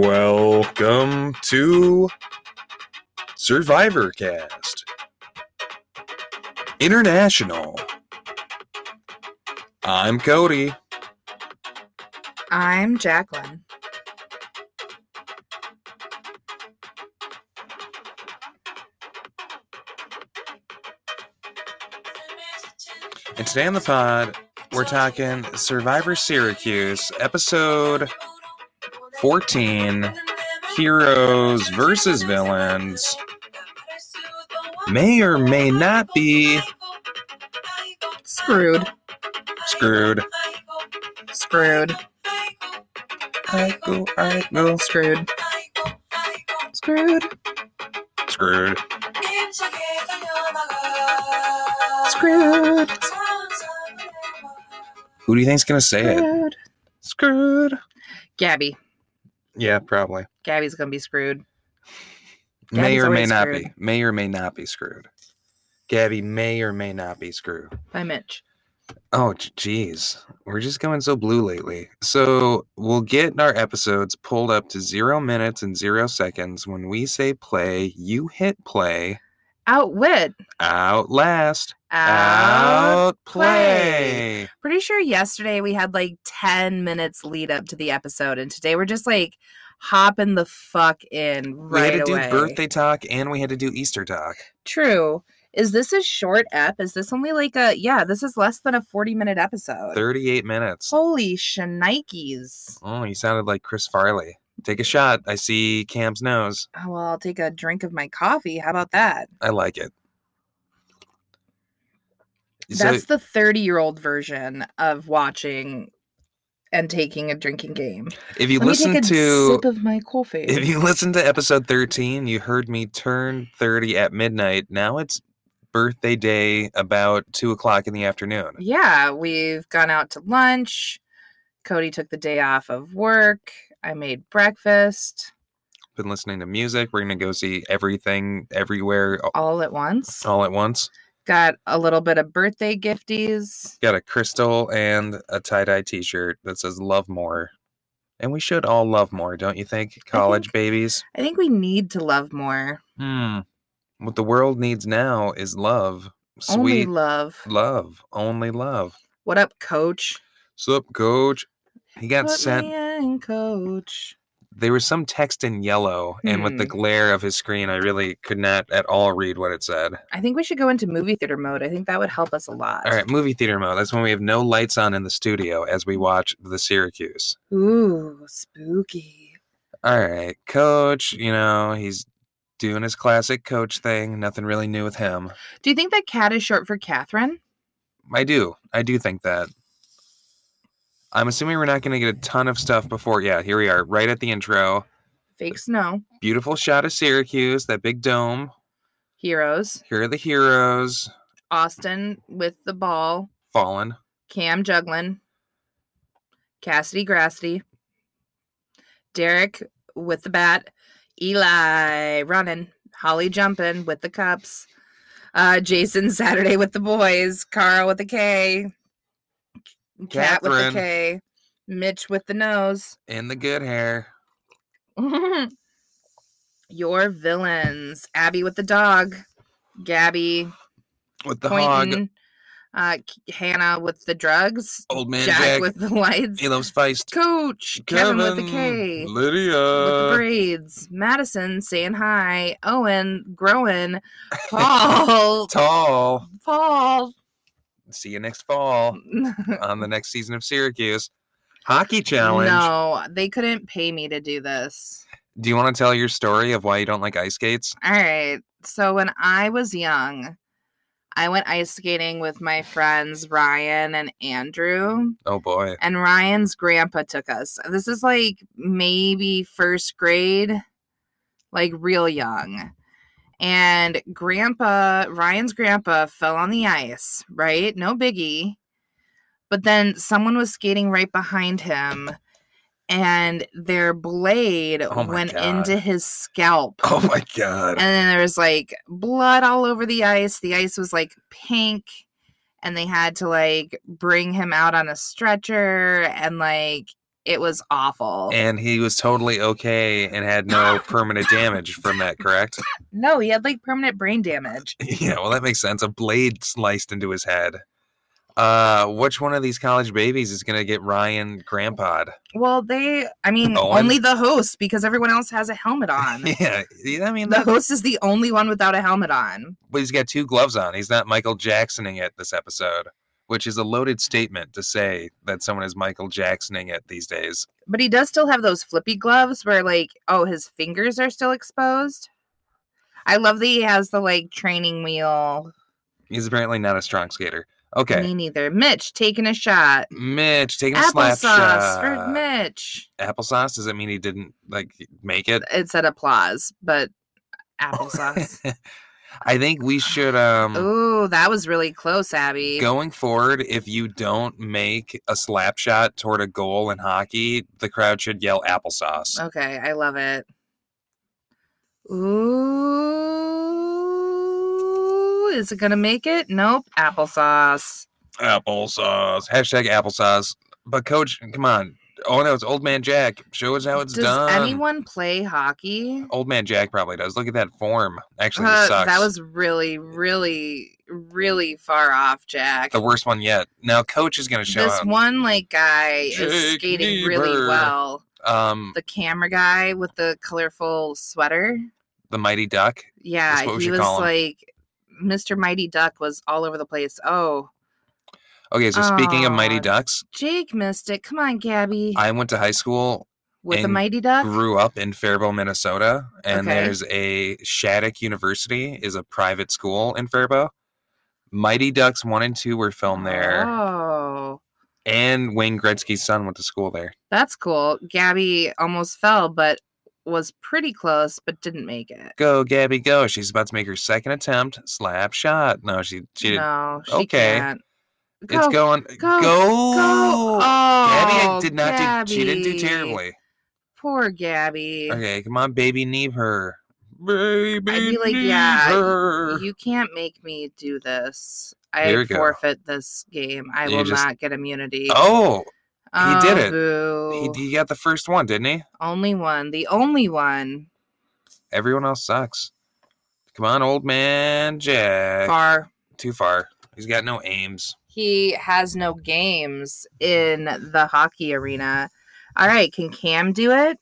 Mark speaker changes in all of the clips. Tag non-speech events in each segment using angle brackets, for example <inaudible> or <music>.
Speaker 1: Welcome to Survivor Cast International. I'm Cody.
Speaker 2: I'm Jacqueline.
Speaker 1: And today on the pod, we're talking Survivor Syracuse, episode 14 Heroes versus Villains. May or may not be
Speaker 2: Screwed.
Speaker 1: screwed.
Speaker 2: Screwed.
Speaker 1: I go, I go,
Speaker 2: Screwed. Screwed.
Speaker 1: screwed.
Speaker 2: Screwed.
Speaker 1: Who do you think's gonna say it?
Speaker 2: Screwed.
Speaker 1: Screwed.
Speaker 2: Gabby.
Speaker 1: Yeah, probably.
Speaker 2: Gabby's gonna be screwed.
Speaker 1: may
Speaker 2: Gabby's
Speaker 1: or may
Speaker 2: always
Speaker 1: not
Speaker 2: screwed.
Speaker 1: be. May or may not be screwed. Gabby may or may not be screwed.
Speaker 2: by Mitch.
Speaker 1: Oh, j- geez. We're just going so blue lately. So we'll get our episodes pulled up to zero minutes and zero seconds. When we say play, you hit play.
Speaker 2: Outwit.
Speaker 1: Outlast.
Speaker 2: Outplay.
Speaker 1: Outplay.
Speaker 2: Pretty sure yesterday we had like 10 minutes lead up to the episode, and today we're just like hopping the fuck in
Speaker 1: We
Speaker 2: right
Speaker 1: had to
Speaker 2: away.
Speaker 1: do birthday talk and we had to do Easter talk.
Speaker 2: True. Is this a short ep? Is this only like a yeah, this is less than a 40 minute episode.
Speaker 1: 38 minutes.
Speaker 2: Holy shenikes.
Speaker 1: Oh, you sounded like Chris Farley. Take a shot. I see Cam's nose.
Speaker 2: Oh, well, I'll take a drink of my coffee. How about that?
Speaker 1: I like it. So,
Speaker 2: That's the 30 year old version of watching and taking a drinking game.
Speaker 1: if you
Speaker 2: Let me
Speaker 1: listen
Speaker 2: take a
Speaker 1: to
Speaker 2: sip of my coffee.
Speaker 1: if you listen to episode 13, you heard me turn 30 at midnight. Now it's birthday day about two o'clock in the afternoon.
Speaker 2: Mm. yeah, we've gone out to lunch. Cody took the day off of work. I made breakfast
Speaker 1: Been listening to music. We're gonna go see everything everywhere a-
Speaker 2: all at once.
Speaker 1: all at once.
Speaker 2: Got a little bit of birthday gifties.
Speaker 1: Got a crystal and a tie-dye t-shirt that says love more. And we should all love more, don't you think? College babies.
Speaker 2: I think we need to love more.
Speaker 1: Hmm. What the world needs now is love. Sweet
Speaker 2: Only love.
Speaker 1: love, only love.
Speaker 2: What up, coach?
Speaker 1: Sup, coach? He got
Speaker 2: Put
Speaker 1: sent.
Speaker 2: me in, coach.
Speaker 1: There was some text in yellow, and with the
Speaker 2: Hmm.
Speaker 1: glare of his screen, I really could not at all read what it said.
Speaker 2: I think we should go into movie theater mode. I think that would help us a lot.
Speaker 1: All right, movie theater mode. That's when we have no lights on in the studio as we watch the Syracuse.
Speaker 2: Ooh, spooky.
Speaker 1: All right, coach, you know, he's doing his classic coach thing. Nothing really new with him.
Speaker 2: Do you think that cat is short for Catherine?
Speaker 1: I do. I do think that. I'm assuming we're not going to get a ton of stuff before. Yeah, here we are, right at the intro.
Speaker 2: Fake snow.
Speaker 1: Beautiful shot of Syracuse, that big dome.
Speaker 2: Heroes.
Speaker 1: Here are the heroes.
Speaker 2: Austin with the ball.
Speaker 1: Fallen.
Speaker 2: Cam juggling. Cassidy Grassity. Derek with the bat. Eli running. Holly jumping with the cups. Uh, Jason Saturday with the boys. Carl with the K. Cat with the
Speaker 1: Catherine.
Speaker 2: K. Mitch with the nose.
Speaker 1: And the good hair.
Speaker 2: <laughs> Your villains. Abby with the dog. Gabby
Speaker 1: With the hog.
Speaker 2: pointing. Uh, K- Hannah with the drugs.
Speaker 1: Old man
Speaker 2: Jack,
Speaker 1: Jack.
Speaker 2: with the lights.
Speaker 1: he loves feist.
Speaker 2: Coach. Kevin, with the K.
Speaker 1: Kevin,
Speaker 2: With the
Speaker 1: Lydia.
Speaker 2: braids. Madison saying hi. Owen growing.
Speaker 1: <laughs>
Speaker 2: Paul.
Speaker 1: Tall.
Speaker 2: Paul.
Speaker 1: See you next fall on
Speaker 2: <laughs>
Speaker 1: the next season of Syracuse. Hockey challenge.
Speaker 2: No, they couldn't pay me to do this.
Speaker 1: Do you want to tell your story of why you don't like ice skates?
Speaker 2: All right. So when I was young, I went ice skating with my friends Ryan and Andrew,
Speaker 1: Oh boy. <laughs>
Speaker 2: and Ryan's grandpa took us. This is like maybe first grade, like real young. And grandpa, Ryan's grandpa fell on the ice, right? No biggie. But then someone was skating right behind him, and their blade
Speaker 1: Oh my
Speaker 2: went
Speaker 1: God.
Speaker 2: into his scalp
Speaker 1: Oh my god.
Speaker 2: and then there was like blood all over the ice. The ice was like pink, and they had to like bring him out on a stretcher, and like It was awful.
Speaker 1: And he was totally okay and had
Speaker 2: <laughs>
Speaker 1: no permanent damage from that, correct?
Speaker 2: no, he had like permanent brain damage.
Speaker 1: yeah, well, that makes sense. A blade sliced into his head. Uh, which one of these college babies is gonna get Ryan grandpa'd?
Speaker 2: Well, they, I mean,
Speaker 1: Owen?
Speaker 2: only the host because everyone else has a helmet on.
Speaker 1: <laughs> Yeah, yeah, I mean,
Speaker 2: The
Speaker 1: that,
Speaker 2: host is the only one without a helmet on.
Speaker 1: but he's got two gloves on. He's not Michael Jacksoning it this episode, which is a loaded statement to say that someone is Michael Jacksoning it these days.
Speaker 2: But he does still have those flippy gloves where, like, oh, his fingers are still exposed. I love that he has the like training wheel.
Speaker 1: He's apparently not a strong skater. Okay,
Speaker 2: Me neither. Mitch taking a shot.
Speaker 1: Mitch taking a slap
Speaker 2: Mm. Applesauce
Speaker 1: shot.
Speaker 2: for Mitch.
Speaker 1: applesauce does that mean he didn't like make it
Speaker 2: It said applause, but
Speaker 1: <laughs>
Speaker 2: applesauce.
Speaker 1: i think we should um
Speaker 2: Ooh, that was really close, Abby.
Speaker 1: going forward if you don't make a slap shot toward a goal in hockey the crowd should yell applesauce
Speaker 2: Okay, I love it. Ooh, is it gonna make it? Nope. Applesauce.
Speaker 1: applesauce uh, hashtag applesauce but coach come on oh no it's old man jack show us how it's
Speaker 2: Does
Speaker 1: done
Speaker 2: anyone play hockey?
Speaker 1: old man jack probably does look at that form actually he
Speaker 2: Uh,
Speaker 1: sucks
Speaker 2: that was really, really, really far off, Jack.
Speaker 1: the worst one yet now coach is going to show
Speaker 2: This
Speaker 1: up
Speaker 2: one like guy is
Speaker 1: Jake
Speaker 2: skating really
Speaker 1: Niebuhr.
Speaker 2: well.
Speaker 1: um
Speaker 2: The camera guy with the colorful sweater.
Speaker 1: the mighty duck
Speaker 2: Yeah,
Speaker 1: what we
Speaker 2: he
Speaker 1: should
Speaker 2: was
Speaker 1: call him.
Speaker 2: like Mr. Mighty Duck was all over the place. Oh,
Speaker 1: okay so speaking of mighty
Speaker 2: Aw.
Speaker 1: ducks
Speaker 2: Jake missed it. Come on, Gabby.
Speaker 1: i went to high school
Speaker 2: with the
Speaker 1: and
Speaker 2: Mighty Duck.
Speaker 1: grew up in Faribault, Minnesota, and
Speaker 2: Okay.
Speaker 1: there's a Shattuck University is a private school in Faribault. Mighty Ducks one and two were filmed there,
Speaker 2: Oh,
Speaker 1: and Wayne Gretzky's son went to school there.
Speaker 2: that's cool. Gabby almost fell, but was pretty close, but didn't make it.
Speaker 1: Go, Gabby, go! She's about to make her second attempt. Slap shot. No, she she. did
Speaker 2: no, she
Speaker 1: okay.
Speaker 2: can't. Go,
Speaker 1: it's going.
Speaker 2: go,
Speaker 1: Go. Gabby
Speaker 2: go. Oh,
Speaker 1: I did not do. She didn't do
Speaker 2: Gabby.
Speaker 1: terribly.
Speaker 2: Poor Gabby.
Speaker 1: Okay, come on, baby, knee her. Baby,
Speaker 2: be like,
Speaker 1: knee
Speaker 2: yeah,
Speaker 1: her.
Speaker 2: You can't make me do this. I
Speaker 1: There you go.
Speaker 2: forfeit this game. I
Speaker 1: You
Speaker 2: will
Speaker 1: just-
Speaker 2: not get immunity.
Speaker 1: oh, he did it. he,
Speaker 2: Boo.
Speaker 1: he got the first one, didn't he?
Speaker 2: Only one. The only one.
Speaker 1: Everyone else sucks. Come on, old man Jack.
Speaker 2: Far.
Speaker 1: Too far. He's got no aims.
Speaker 2: He has no games in the hockey arena. All right, can Cam do it?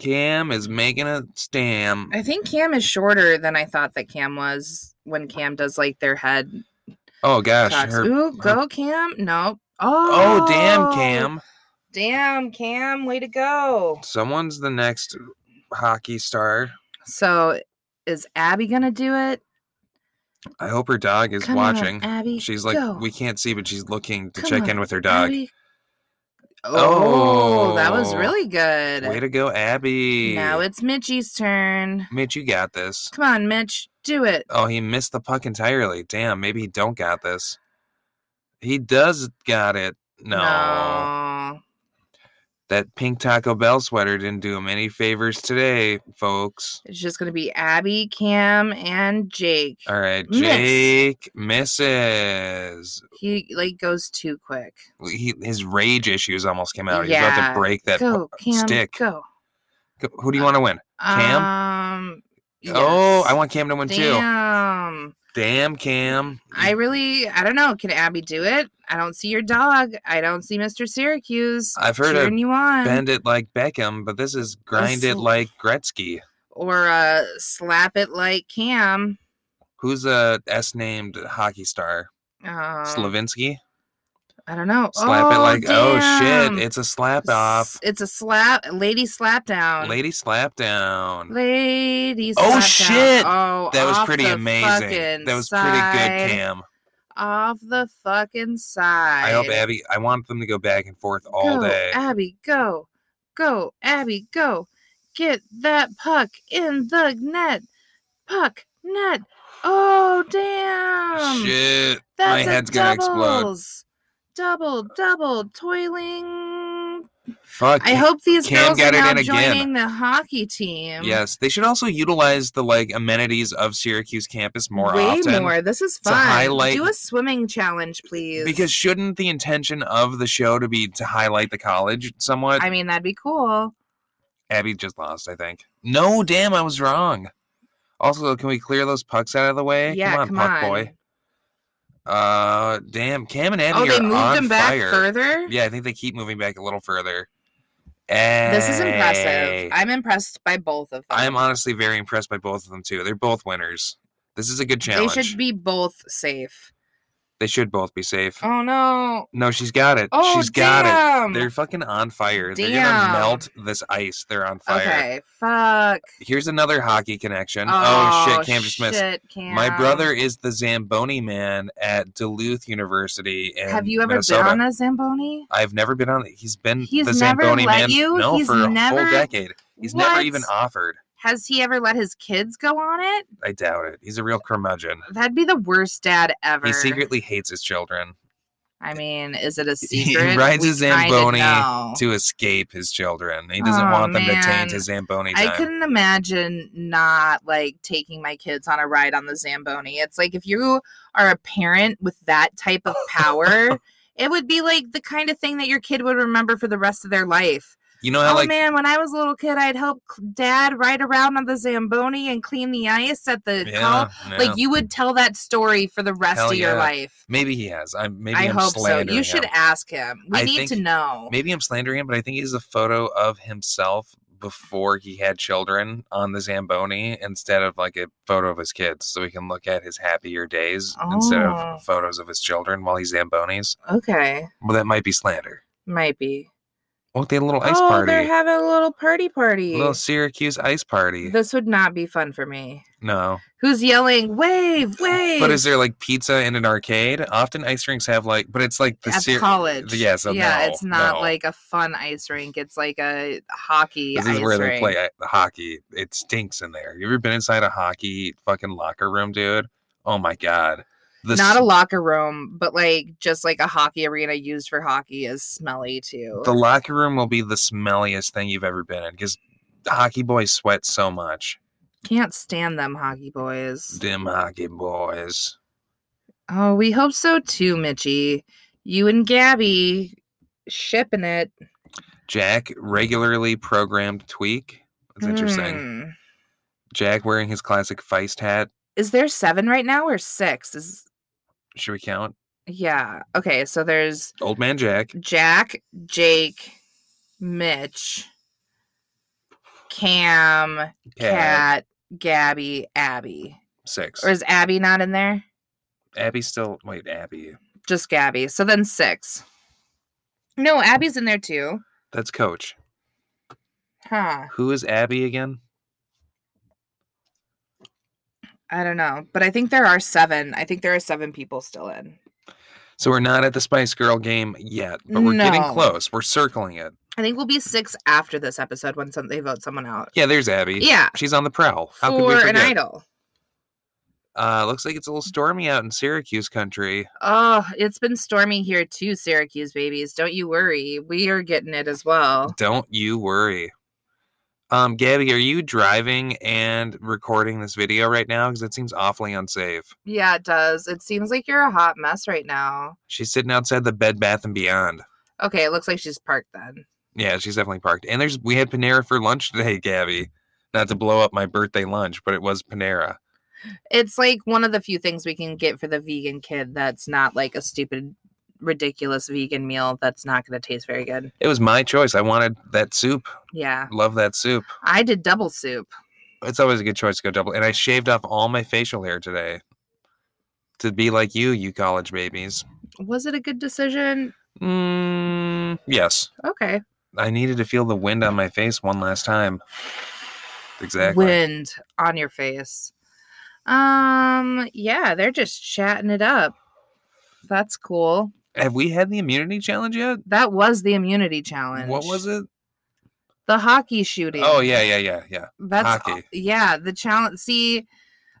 Speaker 1: Cam is making a stam.
Speaker 2: I think Cam is shorter than I thought that Cam was when Cam does like their head.
Speaker 1: Oh gosh.
Speaker 2: cocks.
Speaker 1: her-
Speaker 2: Ooh, go Cam. Nope. Oh.
Speaker 1: oh damn, Cam.
Speaker 2: Damn, Cam, way to go.
Speaker 1: Someone's the next hockey star.
Speaker 2: So is Abby gonna do it?
Speaker 1: I hope her dog is
Speaker 2: Come on,
Speaker 1: watching.
Speaker 2: Abby.
Speaker 1: she's like,
Speaker 2: go.
Speaker 1: we can't see, but she's looking to
Speaker 2: Come
Speaker 1: check
Speaker 2: on,
Speaker 1: in with her dog.
Speaker 2: Abby. Oh, that was
Speaker 1: Oh,
Speaker 2: really good.
Speaker 1: Way to go, Abby.
Speaker 2: Now it's Mitchie's turn.
Speaker 1: Mitch, you got this.
Speaker 2: Come on, Mitch, do it.
Speaker 1: Oh, he missed the puck entirely. Damn, maybe he don't got this. He does got it. no.
Speaker 2: No.
Speaker 1: That pink Taco Bell sweater didn't do him any favors today, folks.
Speaker 2: It's just gonna be Abby, Cam, and Jake.
Speaker 1: All right,
Speaker 2: Miss.
Speaker 1: Jake misses.
Speaker 2: He like goes too quick.
Speaker 1: He, his rage issues almost came out. He's about
Speaker 2: Yeah,
Speaker 1: to break that.
Speaker 2: go, Uh, Cam.
Speaker 1: stick.
Speaker 2: Go.
Speaker 1: Go- Who do you want to win? Cam?
Speaker 2: Um.
Speaker 1: Oh, I
Speaker 2: yes.
Speaker 1: want Cam to win too.
Speaker 2: Damn.
Speaker 1: Damn, Cam.
Speaker 2: I really, I don't know. Can Abby do it? I don't see your dog. I don't see Mr. Syracuse.
Speaker 1: I've heard
Speaker 2: cheering
Speaker 1: of
Speaker 2: you on,
Speaker 1: bend it like Beckham, but this is grind it
Speaker 2: sl-
Speaker 1: like Gretzky.
Speaker 2: or uh, slap it like Cam.
Speaker 1: Who's a S named hockey star?
Speaker 2: Um,
Speaker 1: Slavinsky?
Speaker 2: I don't know.
Speaker 1: Slap it
Speaker 2: Oh,
Speaker 1: like, oh
Speaker 2: damn.
Speaker 1: shit, it's a slap off.
Speaker 2: S- It's a slap, lady slap down.
Speaker 1: Lady slap down.
Speaker 2: Lady
Speaker 1: Oh,
Speaker 2: slap down.
Speaker 1: shit!
Speaker 2: Oh,
Speaker 1: That was
Speaker 2: off
Speaker 1: pretty
Speaker 2: the
Speaker 1: amazing.
Speaker 2: fucking
Speaker 1: That was pretty
Speaker 2: side,
Speaker 1: good, Cam.
Speaker 2: Off the fucking side.
Speaker 1: I hope Abby. I want them to go back and forth all
Speaker 2: go,
Speaker 1: day.
Speaker 2: Abby, go, go, Abby, go. Get that puck in the net. Puck, net. Oh, damn.
Speaker 1: Shit,
Speaker 2: That's
Speaker 1: my
Speaker 2: a
Speaker 1: head's gonna explode.
Speaker 2: doubles. Double, double, toiling,
Speaker 1: Fuck.
Speaker 2: I hope these
Speaker 1: Cam
Speaker 2: girls are
Speaker 1: got it
Speaker 2: now
Speaker 1: in again.
Speaker 2: joining the hockey team.
Speaker 1: Yes, they should also utilize the like amenities of Syracuse campus more
Speaker 2: Way
Speaker 1: often.
Speaker 2: more. This is
Speaker 1: to
Speaker 2: fun.
Speaker 1: highlight-
Speaker 2: Do a swimming challenge, please.
Speaker 1: Because shouldn't the intention of the show to be to highlight the college somewhat?
Speaker 2: I mean, that'd be cool.
Speaker 1: Abby just lost, I think. No, damn, I was wrong. Also, can we clear those pucks out of the way?
Speaker 2: yeah,
Speaker 1: come on, puck boy. Uh, damn, Cam and Abby
Speaker 2: Oh, they
Speaker 1: are
Speaker 2: moved
Speaker 1: on
Speaker 2: them back
Speaker 1: fire.
Speaker 2: further.
Speaker 1: Yeah, I think they keep moving back a little further.
Speaker 2: This is
Speaker 1: Hey.
Speaker 2: impressive. I'm impressed by both of them.
Speaker 1: I am honestly very impressed by both of them too. They're both winners. This is a good
Speaker 2: They
Speaker 1: challenge.
Speaker 2: should be both safe.
Speaker 1: They should both be safe.
Speaker 2: Oh no.
Speaker 1: No, she's got it.
Speaker 2: Oh,
Speaker 1: she's got
Speaker 2: damn.
Speaker 1: it. They're fucking on fire. They're
Speaker 2: Damn.
Speaker 1: gonna melt this ice. They're on fire.
Speaker 2: Okay. Fuck.
Speaker 1: Here's another hockey connection.
Speaker 2: Oh,
Speaker 1: Oh, shit, Cam just missed.
Speaker 2: shit,
Speaker 1: My
Speaker 2: Cam.
Speaker 1: brother is the Zamboni man at Duluth University. In
Speaker 2: Have you ever
Speaker 1: Minnesota.
Speaker 2: been on a Zamboni?
Speaker 1: I've never been on it. He's been
Speaker 2: He's
Speaker 1: the
Speaker 2: never
Speaker 1: Zamboni
Speaker 2: let
Speaker 1: man
Speaker 2: you?
Speaker 1: no
Speaker 2: He's
Speaker 1: for a
Speaker 2: never-
Speaker 1: whole decade. He's never even
Speaker 2: What?
Speaker 1: offered.
Speaker 2: Has he ever let his kids go on it?
Speaker 1: I doubt it. He's a real curmudgeon.
Speaker 2: That'd be the worst dad ever.
Speaker 1: He secretly hates his children
Speaker 2: I mean, is it
Speaker 1: <laughs>
Speaker 2: a
Speaker 1: He
Speaker 2: secret?
Speaker 1: rides
Speaker 2: We
Speaker 1: a
Speaker 2: kinda
Speaker 1: Zamboni
Speaker 2: know.
Speaker 1: to escape his children. He doesn't
Speaker 2: Aw,
Speaker 1: want them to
Speaker 2: man.
Speaker 1: taint his Zamboni time.
Speaker 2: I couldn't imagine not like taking my kids on a ride on the Zamboni. It's like if you are a parent with that type of
Speaker 1: <laughs>
Speaker 2: power, it would be like the kind of thing that your kid would remember for the rest of their life.
Speaker 1: You know how
Speaker 2: oh
Speaker 1: like
Speaker 2: man, when I was a little kid, I'd help c- dad ride around on the Zamboni and clean the ice at the
Speaker 1: yeah,
Speaker 2: col-
Speaker 1: yeah.
Speaker 2: Like you would tell that story for the rest
Speaker 1: Hell
Speaker 2: of your
Speaker 1: yeah.
Speaker 2: life.
Speaker 1: maybe he has. I'm maybe
Speaker 2: I
Speaker 1: am
Speaker 2: hope so.
Speaker 1: slandering
Speaker 2: You should
Speaker 1: him.
Speaker 2: ask him. We
Speaker 1: I
Speaker 2: need to
Speaker 1: think
Speaker 2: know.
Speaker 1: Maybe I'm slandering him, but I think he's a photo of himself before he had children on the Zamboni instead of like a photo of his kids, so we can look at his happier days instead
Speaker 2: Oh.
Speaker 1: of photos of his children while he's Zambonis.
Speaker 2: Okay,
Speaker 1: Well, that might be slander.
Speaker 2: might be.
Speaker 1: Oh, they had a little ice
Speaker 2: oh, they're
Speaker 1: party,
Speaker 2: having a little party
Speaker 1: a
Speaker 2: party.
Speaker 1: little Syracuse ice party.
Speaker 2: This would not be fun for me.
Speaker 1: no,
Speaker 2: Who's yelling, wave, wave?
Speaker 1: but is there like pizza in an arcade? Often ice rinks have like, but it's like the
Speaker 2: at
Speaker 1: Syr-
Speaker 2: college?
Speaker 1: Yeah, so
Speaker 2: yeah,
Speaker 1: no,
Speaker 2: it's not
Speaker 1: no.
Speaker 2: like a fun ice rink. It's like a hockey
Speaker 1: This
Speaker 2: ice
Speaker 1: is where they
Speaker 2: rink.
Speaker 1: play uh, hockey. It stinks in there. You ever been inside a hockey fucking locker room, dude? Oh my god. The
Speaker 2: not a
Speaker 1: s-
Speaker 2: locker room, but like just like a hockey arena used for hockey is smelly too.
Speaker 1: The locker room will be the smelliest thing you've ever been in because hockey boys sweat so much.
Speaker 2: Can't stand them hockey boys.
Speaker 1: Dim hockey boys.
Speaker 2: Oh, we hope so too, Mitchie. You and Gabby shipping it.
Speaker 1: Jack regularly programmed tweak. That's interesting.
Speaker 2: Mm.
Speaker 1: Jack wearing his classic feist hat.
Speaker 2: Is there seven right now or six? Is
Speaker 1: Should we count?
Speaker 2: yeah. Okay, so there's
Speaker 1: Old man Jack.
Speaker 2: Jack, Jake, Mitch, Cam,
Speaker 1: Cat.
Speaker 2: Cat, Gabby, Abby.
Speaker 1: Six.
Speaker 2: Or is Abby not in there?
Speaker 1: Abby's still wait, Abby.
Speaker 2: Just Gabby. So then six. No, Abby's in there too.
Speaker 1: That's coach.
Speaker 2: Huh.
Speaker 1: Who is Abby again?
Speaker 2: I don't know. But I think there are seven. I think there are seven people still in.
Speaker 1: So we're not at the Spice Girl game yet, but we're getting
Speaker 2: No.
Speaker 1: close. We're circling it.
Speaker 2: I think we'll be six after this episode when some, they vote someone out.
Speaker 1: Yeah, there's Abby.
Speaker 2: Yeah.
Speaker 1: She's on the prowl. How could we
Speaker 2: for an
Speaker 1: forget?
Speaker 2: idol.
Speaker 1: Uh, looks like it's a little stormy out in Syracuse country.
Speaker 2: Oh, it's been stormy here too, Syracuse babies. Don't you worry. We are getting it as well.
Speaker 1: Don't you worry. Um, Gabby, are you driving and recording this video right now? Because that seems awfully unsafe.
Speaker 2: Yeah, it does. It seems like you're a hot mess right now.
Speaker 1: She's sitting outside the Bed Bath and Beyond.
Speaker 2: Okay, it looks like she's parked then.
Speaker 1: Yeah, she's definitely parked. And there's we had Panera for lunch today, <laughs> Gabby. Not to blow up my birthday lunch, but it was Panera.
Speaker 2: It's like one of the few things we can get for the vegan kid that's not like a stupid, ridiculous vegan meal that's not going to taste very good.
Speaker 1: It was my choice. I wanted that soup.
Speaker 2: Yeah.
Speaker 1: Love that soup.
Speaker 2: I did double soup.
Speaker 1: it's always a good choice to go double. And I shaved off all my facial hair today to be like you, you college babies.
Speaker 2: Was it a good decision?
Speaker 1: Mm, yes,
Speaker 2: Okay.
Speaker 1: I needed to feel the wind on my face one last time. Exactly.
Speaker 2: Wind on your face. Um, yeah, they're just chatting it up. That's cool.
Speaker 1: Have we had the immunity challenge yet?
Speaker 2: That was the immunity challenge.
Speaker 1: What was it?
Speaker 2: The hockey shooting.
Speaker 1: Oh yeah, yeah, yeah, yeah.
Speaker 2: That's
Speaker 1: Hockey.
Speaker 2: yeah, the challenge. See,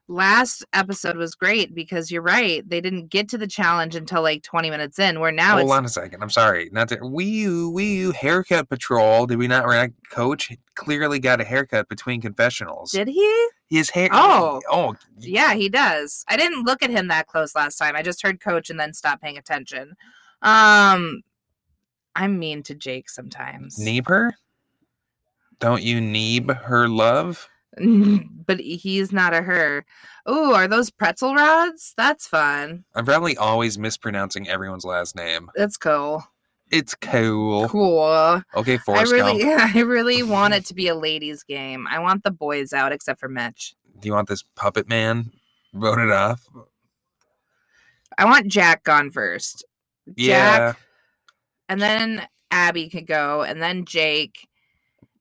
Speaker 2: last episode was great because you're right. They didn't get to the challenge until like 20 minutes in, where now
Speaker 1: Hold
Speaker 2: it's
Speaker 1: on a second. I'm sorry. Not that we you we you haircut patrol. Did we not rec- coach clearly got a haircut between confessionals?
Speaker 2: did he?
Speaker 1: His hair.
Speaker 2: Oh.
Speaker 1: oh,
Speaker 2: Yeah, he does. I didn't look at him that close last time. I just heard coach and then stopped paying attention. Um I'm mean to Jake sometimes.
Speaker 1: neeb her. Don't you neeb her love?
Speaker 2: <laughs> but he's not a her. Oh, are those pretzel rods? That's fun.
Speaker 1: I'm probably always mispronouncing everyone's last name.
Speaker 2: That's cool.
Speaker 1: It's cool.
Speaker 2: Cool.
Speaker 1: Okay, Forrest
Speaker 2: I really, <laughs>
Speaker 1: Gump.
Speaker 2: I really
Speaker 1: <laughs>
Speaker 2: want it to be a ladies' game. I want the boys out, except for Mitch.
Speaker 1: Do you want this puppet man voted off?
Speaker 2: I want Jack gone first,
Speaker 1: Yeah.
Speaker 2: and then Abby could go, and then Jake,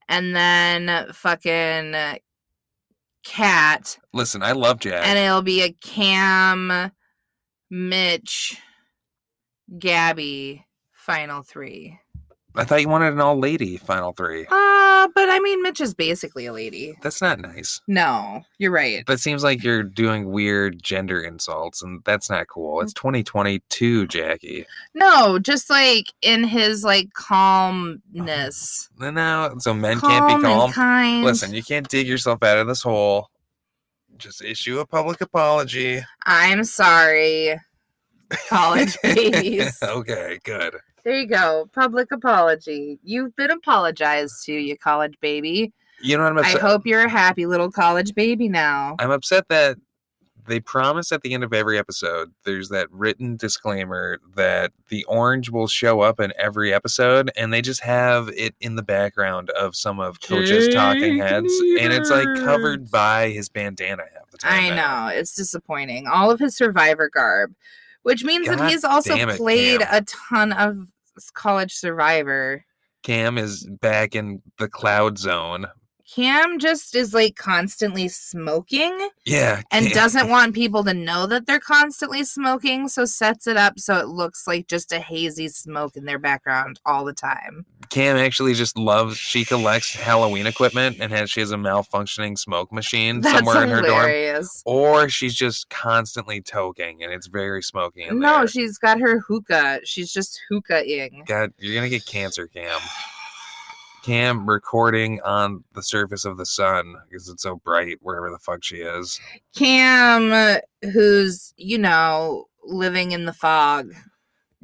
Speaker 2: and then fucking Cat,
Speaker 1: Listen, I love Jack.
Speaker 2: and it'll be a Cam, Mitch, Gabby final three.
Speaker 1: I thought you wanted an all lady final three.
Speaker 2: Uh, but I mean, Mitch is basically a lady.
Speaker 1: That's not nice.
Speaker 2: No, you're right.
Speaker 1: That seems like you're doing weird gender insults, and that's not cool.
Speaker 2: Mm.
Speaker 1: It's 2022, Jackie.
Speaker 2: No, just like in his like calmness.
Speaker 1: No, No, so men
Speaker 2: Calm
Speaker 1: can't be calm.
Speaker 2: And kind.
Speaker 1: Listen, you can't dig yourself out of this hole. Just issue a public apology.
Speaker 2: I'm sorry.
Speaker 1: <laughs>
Speaker 2: College babies.
Speaker 1: okay, good.
Speaker 2: There you go. Public apology. You've been apologized to, you college baby.
Speaker 1: You know what I'm
Speaker 2: I
Speaker 1: upset?
Speaker 2: hope you're a happy little college baby now.
Speaker 1: I'm upset that they promise at the end of every episode there's that written disclaimer that the orange will show up in every episode and they just have it in the background of some of coach's talking
Speaker 2: Jake
Speaker 1: heads and it's like covered
Speaker 2: Needers.
Speaker 1: by his bandana half the time.
Speaker 2: I
Speaker 1: now.
Speaker 2: know. It's disappointing. All of his survivor garb, which means
Speaker 1: God
Speaker 2: that he's also
Speaker 1: damn it,
Speaker 2: played
Speaker 1: Cam.
Speaker 2: a ton of s- college survivor.
Speaker 1: Cam is back in the cloud zone.
Speaker 2: Cam just is like constantly smoking
Speaker 1: Yeah.
Speaker 2: and
Speaker 1: Cam-
Speaker 2: doesn't want people to know that they're constantly smoking, so sets it up so it looks like just a hazy smoke in their background all the time.
Speaker 1: Cam actually just loves she collects Halloween equipment and has she has a malfunctioning smoke machine
Speaker 2: <laughs> That's
Speaker 1: somewhere in her dorm.
Speaker 2: hilarious.
Speaker 1: or she's just constantly toking and it's very smoky in
Speaker 2: No,
Speaker 1: there.
Speaker 2: she's got her hookah. She's just hookahing.
Speaker 1: God, you're gonna get cancer,
Speaker 2: <sighs>
Speaker 1: Cam. Cam recording on the surface of the sun because it's so bright wherever the fuck she is.
Speaker 2: Cam, uh, who's, you know, living in the fog.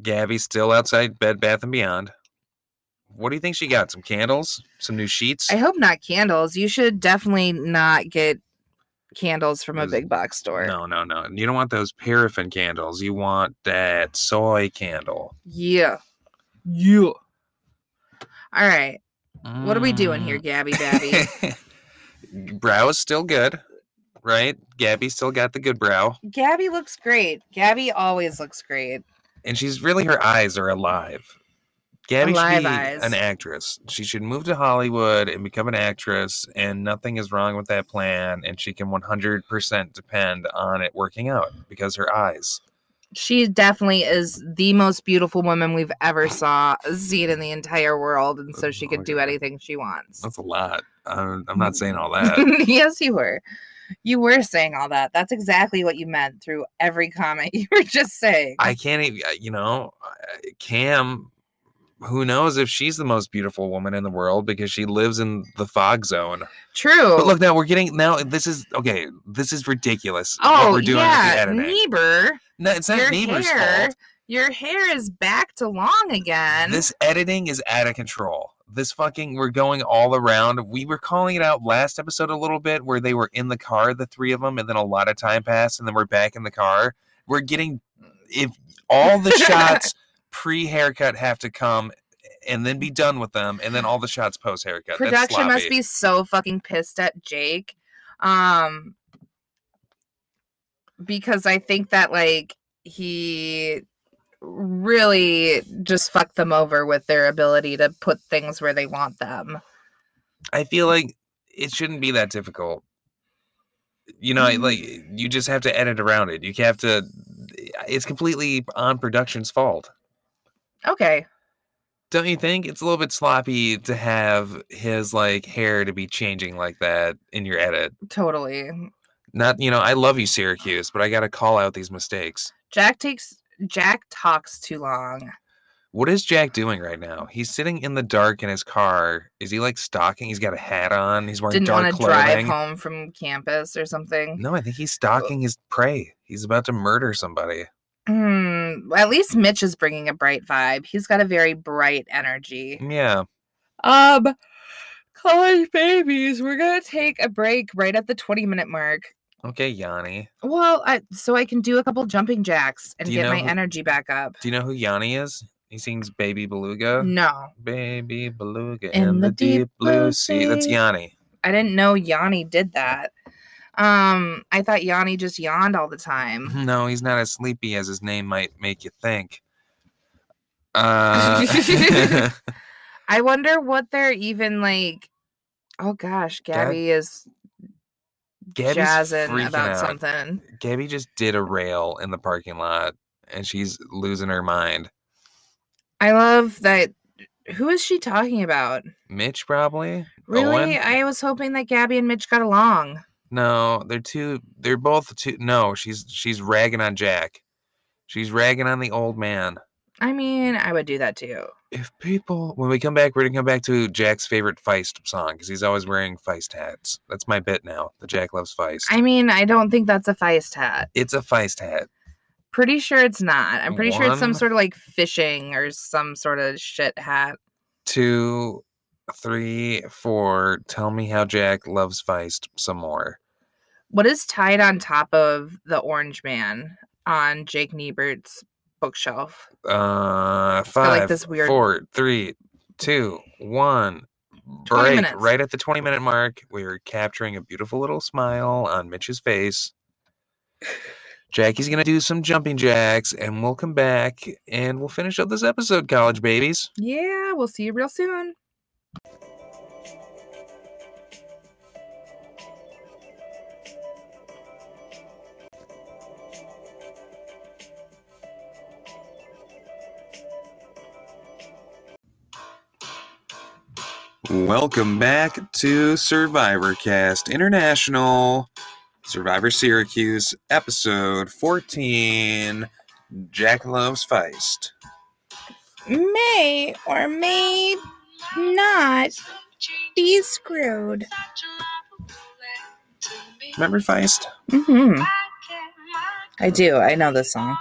Speaker 1: Gabby's still outside Bed Bath and Beyond. What do you think she got? Some candles, some new sheets.
Speaker 2: I hope not candles. You should definitely not get candles from a
Speaker 1: Is-
Speaker 2: big box store.
Speaker 1: Mm. No, no, no. You don't want those paraffin candles. You want that soy candle.
Speaker 2: Yeah. Yeah. All right. What are we doing
Speaker 1: Mm. <laughs>
Speaker 2: here, Gabby Babby?
Speaker 1: brow is still good, right? Gabby still got the good brow.
Speaker 2: Gabby looks great. Gabby always looks great.
Speaker 1: and she's really her eyes are alive. Gabby
Speaker 2: Alive
Speaker 1: should be
Speaker 2: eyes.
Speaker 1: an actress. She should move to Hollywood and become an actress, and nothing is wrong with that plan. And she can 100% depend on it working out because her eyes.
Speaker 2: She definitely is the most beautiful woman we've ever saw seen in the entire world, and so she could do
Speaker 1: Okay.
Speaker 2: anything she wants.
Speaker 1: That's a lot. I'm, I'm not saying all
Speaker 2: <laughs>
Speaker 1: that.
Speaker 2: yes, you were. You were saying all that. That's exactly what you meant through every comment <laughs> you were just saying.
Speaker 1: I can't even, you know, I- Cam, who knows if she's the most beautiful woman in the world because she lives in the fog zone.
Speaker 2: True.
Speaker 1: But look, now we're getting, now this is, okay, this is ridiculous. what
Speaker 2: oh
Speaker 1: we're doing
Speaker 2: yeah,
Speaker 1: with the editing.
Speaker 2: Niebuhr.
Speaker 1: no, it's not
Speaker 2: your
Speaker 1: neighbor's
Speaker 2: hair,
Speaker 1: fault.
Speaker 2: Your hair is back to long again.
Speaker 1: This editing is out of control. This fucking, we're going all around. We were calling it out last episode a little bit where they were in the car, the three of them, and then a lot of time passed, and then we're back in the car. We're getting, if all the
Speaker 2: <laughs>
Speaker 1: shots pre haircut have to come and then be done with them, and then all the shots post haircut.
Speaker 2: Production must be so fucking pissed at Jake. Um because I think that like he really just fucked them over with their ability to put things where they want them.
Speaker 1: I feel like it shouldn't be that difficult. You know,
Speaker 2: Mm.
Speaker 1: like you just have to edit around it. You have to. It's completely on production's fault,
Speaker 2: Okay.
Speaker 1: don't you think? It's a little bit sloppy to have his like hair to be changing like that in your edit.
Speaker 2: Totally.
Speaker 1: Not, you know, I love you, Syracuse, but I got to call out these mistakes.
Speaker 2: Jack takes Jack talks too long.
Speaker 1: What is Jack doing right now? He's sitting in the dark in his car. Is he like stalking? He's got a hat on. He's wearing
Speaker 2: Didn't want
Speaker 1: dark
Speaker 2: to drive
Speaker 1: clothing.
Speaker 2: home from campus or something.
Speaker 1: No, I think he's stalking his prey. He's about to murder somebody.
Speaker 2: Hmm, at least Mitch is bringing a bright vibe. He's got a very bright energy.
Speaker 1: Yeah.
Speaker 2: Mm. Um, college babies, we're gonna take a break right at the twenty minute mark.
Speaker 1: Okay, Yanni.
Speaker 2: Well, I, so I can do a couple jumping jacks and
Speaker 1: Do you
Speaker 2: get my
Speaker 1: know who-
Speaker 2: energy back up.
Speaker 1: Do you know who Yanni is? He sings Baby
Speaker 2: Uh.
Speaker 1: Beluga.
Speaker 2: No,
Speaker 1: Baby Beluga in, the, deep, blue, sea. That's
Speaker 2: sea.
Speaker 1: Yanni. <clears throat>
Speaker 2: I didn't know Yanni did that. Um, I thought Yanni just yawned all the time.
Speaker 1: No, he's not as sleepy as his name might make you think. Uh, <laughs>
Speaker 2: I wonder what they're even like. Oh gosh, Gabby is
Speaker 1: Gabby's
Speaker 2: jazzing
Speaker 1: freaking
Speaker 2: about
Speaker 1: out.
Speaker 2: something.
Speaker 1: Gabby just did a rail in the parking lot and she's losing her mind.
Speaker 2: I love that. Who is she talking about?
Speaker 1: Mitch, probably?
Speaker 2: Really?
Speaker 1: Owen?
Speaker 2: I was hoping that Gabby and Mitch got along.
Speaker 1: No, they're too. They're both too. No, she's she's ragging on Jack. She's ragging on the old man.
Speaker 2: I mean, I would do that too.
Speaker 1: If people, when we come back, we're gonna come back to Jack's favorite Feist song because he's always wearing Feist hats. That's my bit now. The Jack loves Feist.
Speaker 2: I mean, I don't think that's a feist hat.
Speaker 1: it's a Feist hat.
Speaker 2: Pretty sure it's not. I'm pretty sure it's some
Speaker 1: One.
Speaker 2: sort of like fishing or some sort of shit hat.
Speaker 1: Two, three, four. Tell me how Jack loves Feist some more.
Speaker 2: What is tied on top of the orange man on Jake Niebert's bookshelf?
Speaker 1: Uh, five,
Speaker 2: this weird-
Speaker 1: four, three, two, one.
Speaker 2: 20
Speaker 1: Break
Speaker 2: minutes.
Speaker 1: right at the 20 minute mark. We're capturing a beautiful little smile on Mitch's face. Jackie's going to do some jumping jacks, and we'll come back and we'll finish up this episode, college babies.
Speaker 2: Yeah, we'll see you real soon.
Speaker 1: Welcome back to Survivor Cast International, Survivor Syracuse, episode 14 Jack Loves Feist.
Speaker 2: May or may not be screwed.
Speaker 1: Remember Feist?
Speaker 2: hmm I do. I know this song.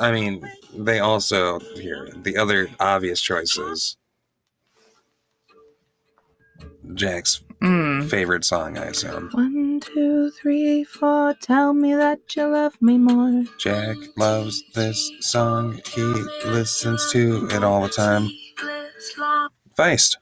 Speaker 1: I mean, they also here the other obvious choices. Jack's
Speaker 2: Mm.
Speaker 1: favorite song, I assume.
Speaker 2: One, two, three, four. Tell me that you love me more.
Speaker 1: Jack loves this song. He listens to it all the time. Feist.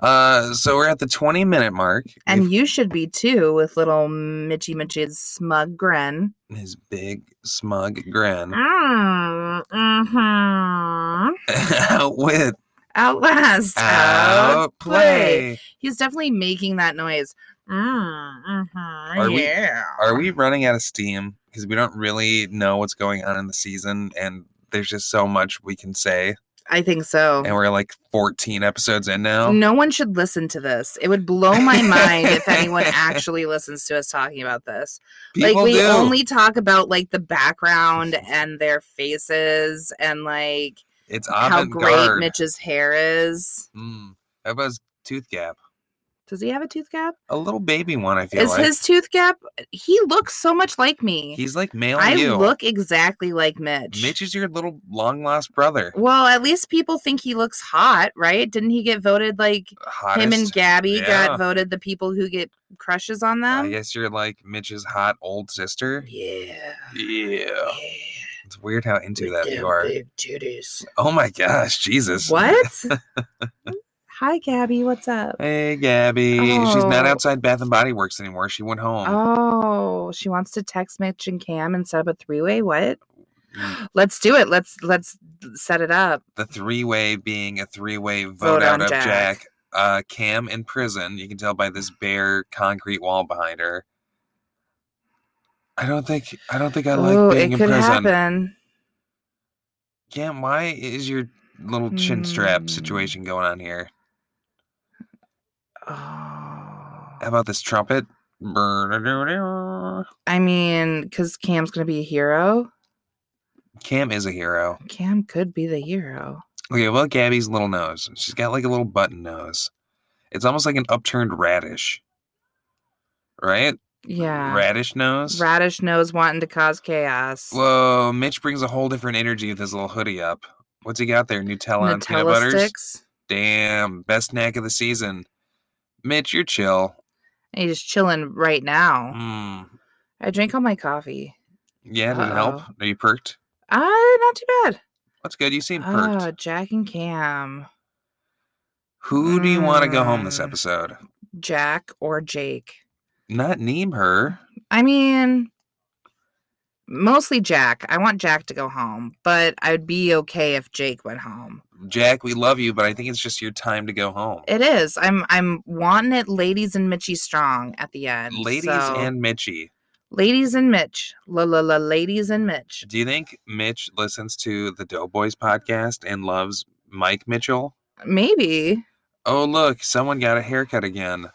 Speaker 1: Uh, so we're at the 20 minute mark.
Speaker 2: And you should be too, with little Mitchy Mitchy's smug grin.
Speaker 1: If- his big smug grin
Speaker 2: Mm, hmm
Speaker 1: <laughs> out with
Speaker 2: Outlast.
Speaker 1: Oh.
Speaker 2: Outplay.
Speaker 1: outplay.
Speaker 2: He's definitely making that noise. Mm, hmm
Speaker 1: Are we-
Speaker 2: yeah.
Speaker 1: Are we running out of steam? Because we don't really know what's going on in the season, and there's just so much we can say.
Speaker 2: I think so.
Speaker 1: and we're like 14 episodes in now.
Speaker 2: No one should listen to this. It would blow
Speaker 1: <laughs>
Speaker 2: my mind if anyone actually listens to us talking about this.
Speaker 1: People
Speaker 2: like we
Speaker 1: do.
Speaker 2: only talk about like the background and their faces and like
Speaker 1: it's
Speaker 2: how
Speaker 1: avant
Speaker 2: great
Speaker 1: garde.
Speaker 2: Mitch's hair is.
Speaker 1: mm. How about his tooth gap?
Speaker 2: Does he have a tooth gap?
Speaker 1: A little baby one, I feel
Speaker 2: is
Speaker 1: like.
Speaker 2: his tooth gap? He looks so much like me.
Speaker 1: He's like male
Speaker 2: I
Speaker 1: you.
Speaker 2: look exactly like Mitch.
Speaker 1: Mitch is your little long lost brother.
Speaker 2: Well, at least people think he looks hot, right? Didn't he get voted like
Speaker 1: Hottest.
Speaker 2: him and Gabby
Speaker 1: Yeah.
Speaker 2: got voted the people who get crushes on
Speaker 1: I
Speaker 2: them?
Speaker 1: guess you're like Mitch's hot old sister.
Speaker 2: yeah.
Speaker 1: Yeah.
Speaker 2: yeah.
Speaker 1: It's weird how into
Speaker 2: With
Speaker 1: that
Speaker 2: them
Speaker 1: you are.
Speaker 2: big titties.
Speaker 1: Oh my gosh, Jesus. <laughs>
Speaker 2: What? Hi, Gabby. What's up?
Speaker 1: Hey, Gabby. She's not
Speaker 2: Oh.
Speaker 1: outside Bath and Body Works anymore. She went home.
Speaker 2: Oh, she wants to text Mitch and Cam and set up a three-way. What?
Speaker 1: Mm.
Speaker 2: Let's do it. Let's let's set it up.
Speaker 1: the three way being a three way vote,
Speaker 2: Vote
Speaker 1: out
Speaker 2: on
Speaker 1: of Jack.
Speaker 2: Jack.
Speaker 1: Uh, Cam in prison. You can tell by this bare concrete wall behind her. I don't think I don't think I like
Speaker 2: Ooh,
Speaker 1: being
Speaker 2: it
Speaker 1: in
Speaker 2: could
Speaker 1: prison.
Speaker 2: happen.
Speaker 1: Cam, why is your little chin strap
Speaker 2: Hmm.
Speaker 1: situation going on here?
Speaker 2: Oh.
Speaker 1: How about this trumpet?
Speaker 2: I mean, because Cam's gonna be a hero.
Speaker 1: Cam is a hero.
Speaker 2: Cam could be the hero.
Speaker 1: Okay, well, Gabby's little nose. She's got like a little button nose. It's almost like an upturned radish, right?
Speaker 2: Yeah.
Speaker 1: Radish nose.
Speaker 2: Radish knows wanting to cause chaos.
Speaker 1: Whoa, Mitch brings a whole different energy with his little hoodie up. What's he got there? Nutella, and peanut butters.
Speaker 2: sticks.
Speaker 1: Damn, best snack of the season. Mitch, you're chill.
Speaker 2: And he's just chilling right now.
Speaker 1: Mm.
Speaker 2: I drank all my coffee.
Speaker 1: Yeah, didn't help.
Speaker 2: Uh-oh.
Speaker 1: Are you perked?
Speaker 2: Ah, not too bad.
Speaker 1: That's good. You seem perked.
Speaker 2: Oh, Jack and Cam.
Speaker 1: Who do you want to go home this
Speaker 2: mm.
Speaker 1: episode?
Speaker 2: Jack or Jake.
Speaker 1: Not Neem her.
Speaker 2: I mean, mostly Jack. I want Jack to go home, but I'd be okay if Jake went home.
Speaker 1: Jack, we love you, but I think it's just your time to go home.
Speaker 2: It is. I'm I'm wanting it ladies and Mitchy strong at the end.
Speaker 1: Ladies
Speaker 2: so-
Speaker 1: and Mitchie.
Speaker 2: ladies and Mitch. La la la ladies and Mitch.
Speaker 1: Do you think Mitch listens to the Doughboys podcast and loves Mike Mitchell?
Speaker 2: Maybe.
Speaker 1: Oh, look, someone got a haircut again.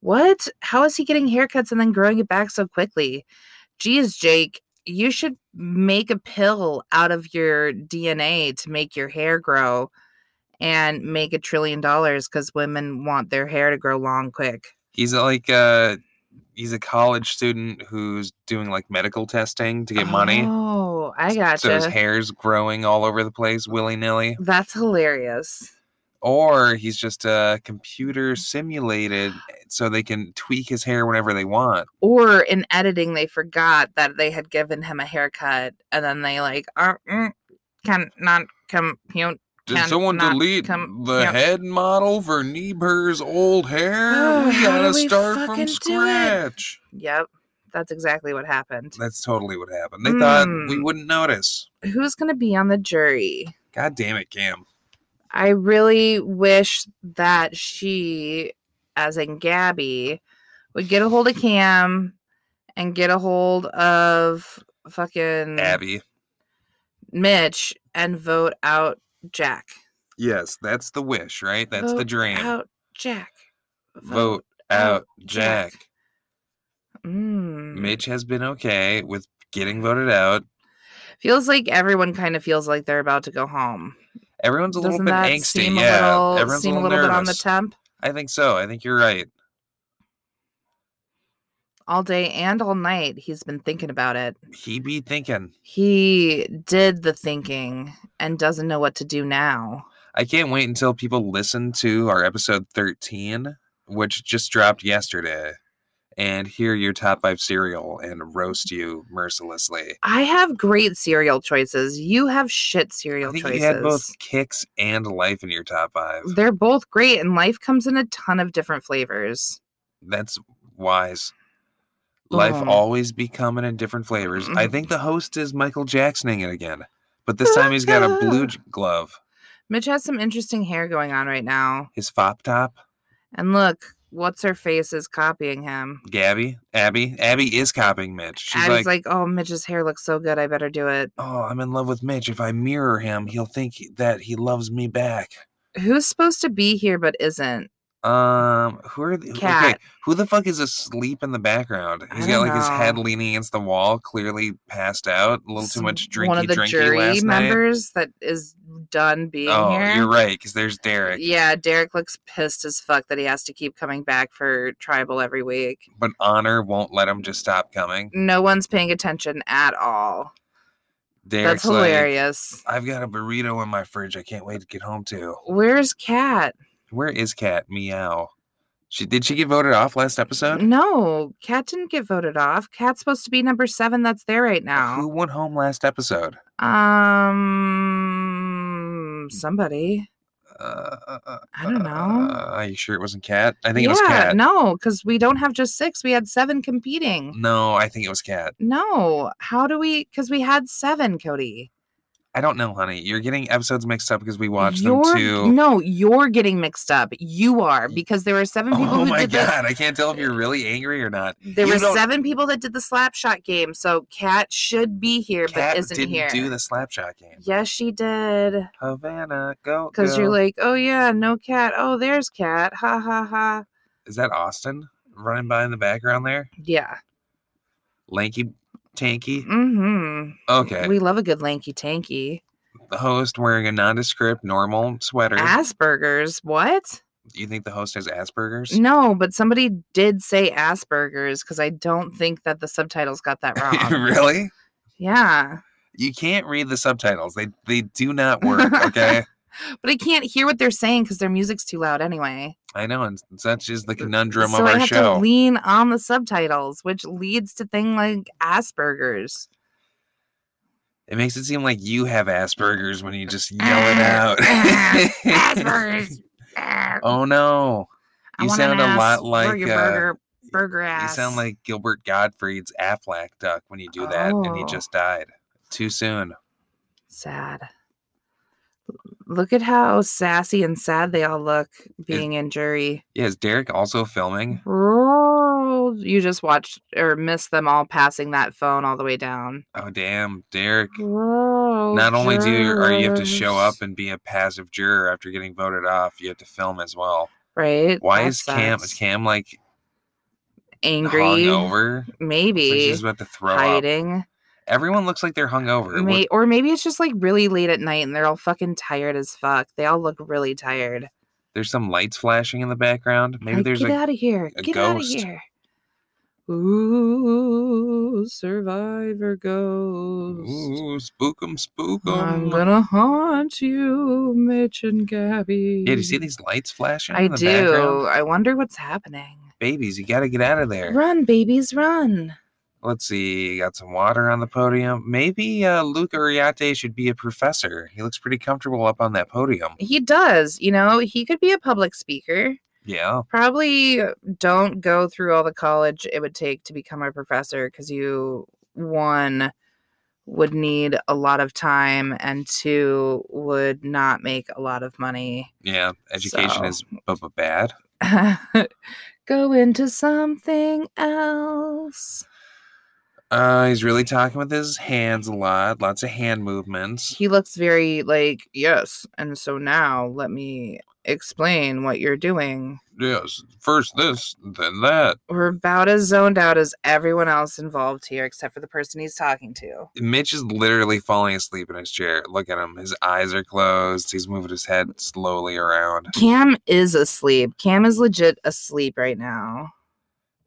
Speaker 2: What? How is he getting haircuts and then growing it back so quickly? Geez, Jake, you should make a pill out of your DNA to make your hair grow and make a trillion dollars because women want their hair to grow long quick.
Speaker 1: He's like uh he's a college student who's doing like medical testing to get money.
Speaker 2: Oh, I
Speaker 1: So his
Speaker 2: gotcha.
Speaker 1: hair's growing all over the place willy nilly.
Speaker 2: That's hilarious.
Speaker 1: Or he's just uh, computer simulated so they can tweak his hair whenever they want.
Speaker 2: Or in editing, they forgot that they had given him a haircut and then they, like, uh, mm, can not compute
Speaker 1: Did
Speaker 2: Can
Speaker 1: someone
Speaker 2: not
Speaker 1: delete
Speaker 2: come-
Speaker 1: the
Speaker 2: yeah.
Speaker 1: head model for Niebuhr's old hair?
Speaker 2: Oh,
Speaker 1: we
Speaker 2: how
Speaker 1: gotta
Speaker 2: do we
Speaker 1: start from
Speaker 2: fucking do it?
Speaker 1: scratch.
Speaker 2: Yep. That's exactly what happened.
Speaker 1: That's totally what happened. They thought we
Speaker 2: Mm.
Speaker 1: wouldn't notice.
Speaker 2: Who's going to be on the jury?
Speaker 1: God damn it, Cam.
Speaker 2: I really wish that she, as in Gabby, would get a hold of Cam and get a hold of fucking
Speaker 1: Abby.
Speaker 2: Mitch and vote out Jack.
Speaker 1: Yes, that's the wish, right? That's the
Speaker 2: Vote
Speaker 1: dream.
Speaker 2: Out Jack.
Speaker 1: Vote out Jack.
Speaker 2: Jack. Mm.
Speaker 1: Mitch has been okay with getting voted out.
Speaker 2: Feels like everyone kind of feels like they're about to go home.
Speaker 1: Everyone's a little
Speaker 2: Doesn't
Speaker 1: bit
Speaker 2: that
Speaker 1: angsty.
Speaker 2: seem a
Speaker 1: yeah,
Speaker 2: little,
Speaker 1: everyone's
Speaker 2: seem
Speaker 1: a little,
Speaker 2: bit on the
Speaker 1: nervous.
Speaker 2: temp?
Speaker 1: I think so. I think you're right.
Speaker 2: all day and all night he's been thinking about it
Speaker 1: He be thinking.
Speaker 2: he did the thinking and doesn't know what to do now
Speaker 1: I can't wait until people listen to our episode 13, which just dropped yesterday, and hear your top five cereal and roast you mercilessly.
Speaker 2: i have great cereal choices you have shit
Speaker 1: I
Speaker 2: cereal
Speaker 1: think
Speaker 2: choices
Speaker 1: you had both kicks and life in your top five.
Speaker 2: they're both great and life comes in a ton of different flavors
Speaker 1: That's wise. Life
Speaker 2: Mm.
Speaker 1: always be coming in different flavors. I
Speaker 2: Mm.
Speaker 1: think the host is Michael Jacksoning it again, but this time he's got a
Speaker 2: <laughs>
Speaker 1: blue j- glove.
Speaker 2: mitch has some interesting hair going on right now
Speaker 1: His fop top,
Speaker 2: and look what's her face is copying him
Speaker 1: Gabby, Abby. Abby is copying Mitch. She's
Speaker 2: Abby's
Speaker 1: like,
Speaker 2: like, oh mitch's hair looks so good i better do it
Speaker 1: oh, I'm in love with Mitch. If I mirror him, he'll think he- that he loves me back.
Speaker 2: who's supposed to be here but isn't
Speaker 1: Um, who are the, okay?
Speaker 2: cat
Speaker 1: Who the fuck is asleep in the background?
Speaker 2: I
Speaker 1: He's got
Speaker 2: don't
Speaker 1: like his head
Speaker 2: know.
Speaker 1: leaning against the wall, clearly passed out, a little too
Speaker 2: some-
Speaker 1: much drinky
Speaker 2: One of the
Speaker 1: drinky
Speaker 2: jury
Speaker 1: last night.
Speaker 2: members that is done being
Speaker 1: Oh,
Speaker 2: here.
Speaker 1: you're right, because there's Derek.
Speaker 2: Yeah, Derek looks pissed as fuck that he has to keep coming back for tribal every week.
Speaker 1: But honor won't let him just stop coming.
Speaker 2: No one's paying attention at all.
Speaker 1: Derek's
Speaker 2: That's hilarious.
Speaker 1: like, I've got a burrito in my fridge. I can't wait to get home to.
Speaker 2: Where's Kat?
Speaker 1: Where is Cat? Meow. She did she get voted off last episode?
Speaker 2: No, Kat didn't get voted off. Kat's supposed to be number seven. That's there right
Speaker 1: Who
Speaker 2: now.
Speaker 1: went home last episode? Hmm.
Speaker 2: Um, somebody.
Speaker 1: Uh, uh, uh,
Speaker 2: I don't know.
Speaker 1: Uh, are you sure it wasn't Cat? I think
Speaker 2: yeah,
Speaker 1: it was Cat.
Speaker 2: no, because we don't have just six. We had seven competing.
Speaker 1: No, I think it was Cat.
Speaker 2: No. How do we? Because we had seven, Cody.
Speaker 1: I don't know, honey. You're getting episodes mixed up because we watched
Speaker 2: You're-
Speaker 1: them too.
Speaker 2: No, you're getting mixed up. You are because there
Speaker 1: <laughs>
Speaker 2: were seven people
Speaker 1: <laughs> oh
Speaker 2: who
Speaker 1: my
Speaker 2: did the.
Speaker 1: god, I can't tell if
Speaker 2: <laughs>
Speaker 1: you're really angry or not.
Speaker 2: There
Speaker 1: You
Speaker 2: were
Speaker 1: don't-
Speaker 2: seven people that did the slap shot game, so Kat should be here
Speaker 1: Cat
Speaker 2: but isn't
Speaker 1: didn't
Speaker 2: here.
Speaker 1: do the slapshot game.
Speaker 2: yes, she did.
Speaker 1: Havana, go.
Speaker 2: Because you're
Speaker 1: go.
Speaker 2: like, oh yeah, no cat. Oh, there's cat. Ha ha ha.
Speaker 1: is that Austin? running by in the background there?
Speaker 2: Yeah.
Speaker 1: Lanky Tanky.
Speaker 2: Mm-hmm.
Speaker 1: Okay.
Speaker 2: We love a good lanky tanky.
Speaker 1: the host wearing a nondescript normal sweater.
Speaker 2: Asperger's. What?
Speaker 1: Do you think the host has Asperger's? <laughs>
Speaker 2: No, but somebody did say Asperger's because I don't think that the subtitles
Speaker 1: <laughs>
Speaker 2: got that wrong.
Speaker 1: really?
Speaker 2: Yeah.
Speaker 1: You can't read the subtitles. They they do not work.
Speaker 2: <laughs>
Speaker 1: Okay.
Speaker 2: But I can't hear what they're saying because their music's too loud anyway.
Speaker 1: I know, and such is the conundrum
Speaker 2: so
Speaker 1: of
Speaker 2: I
Speaker 1: our
Speaker 2: have to
Speaker 1: show.
Speaker 2: lean on the subtitles, which leads to thing like Asperger's.
Speaker 1: <laughs> it makes it seem like you have Asperger's when you just yell it
Speaker 2: Ah,
Speaker 1: out. <laughs>
Speaker 2: <laughs> Asperger's. Ah,
Speaker 1: oh no.
Speaker 2: I
Speaker 1: you
Speaker 2: want an
Speaker 1: sound a lot
Speaker 2: Asperger
Speaker 1: like, uh,
Speaker 2: burger, burger ass.
Speaker 1: You sound like Gilbert Gottfried's Aflac duck when you do that, and he
Speaker 2: Oh.
Speaker 1: just died too soon.
Speaker 2: sad. Look at how sassy and sad they all look being in jury.
Speaker 1: Yeah, is Derek also filming?
Speaker 2: Oh, You just watched or missed them all passing that phone all the way down.
Speaker 1: Oh damn, Derek.
Speaker 2: Not
Speaker 1: Not only do you, are you have to show up and be a passive juror after getting voted off, you have to film as well.
Speaker 2: right?
Speaker 1: Why
Speaker 2: That
Speaker 1: is Cam is
Speaker 2: sucks.
Speaker 1: Cam like
Speaker 2: angry?
Speaker 1: hungover? Like
Speaker 2: Maybe
Speaker 1: she's about to throw up.
Speaker 2: hiding.
Speaker 1: Everyone looks like they're hungover.
Speaker 2: May-
Speaker 1: We're-
Speaker 2: or maybe it's just like really late at night and they're all fucking tired as fuck. They all look really tired.
Speaker 1: There's some lights flashing in the background. Maybe
Speaker 2: Like,
Speaker 1: there's
Speaker 2: get
Speaker 1: like
Speaker 2: out of here.
Speaker 1: a
Speaker 2: Get out of
Speaker 1: ghost.
Speaker 2: here. Ooh, survivor ghost.
Speaker 1: ooh, spook 'em, spook 'em.
Speaker 2: Oh, I'm gonna haunt you, Mitch and Gabby.
Speaker 1: Yeah, do you see these lights flashing?
Speaker 2: I
Speaker 1: in the
Speaker 2: do.
Speaker 1: Background?
Speaker 2: I wonder what's happening.
Speaker 1: Babies, you got to get out of there.
Speaker 2: Run, babies, run.
Speaker 1: Let's see. Got some water on the podium. Maybe uh, Luke Ariate should be a professor. He looks pretty comfortable up on that podium.
Speaker 2: He does, you know, he could be a public speaker.
Speaker 1: Yeah.
Speaker 2: Probably don't go through all the college it would take to become a professor because you, one, would need a lot of time, and two, would not make a lot of money. <laughs>
Speaker 1: Yeah. Education
Speaker 2: So-
Speaker 1: is b- b- bad.
Speaker 2: go into something else.
Speaker 1: Uh, he's really talking with his hands a lot. Lots of hand movements.
Speaker 2: he looks very like yes and so now let me explain what you're doing
Speaker 1: Yes. First this, then that.
Speaker 2: we're about as zoned out as everyone else involved here except for the person he's talking to
Speaker 1: Mitch is literally falling asleep in his chair. Look at him. His eyes are closed. He's moving his head slowly around.
Speaker 2: cam is asleep cam is legit asleep right now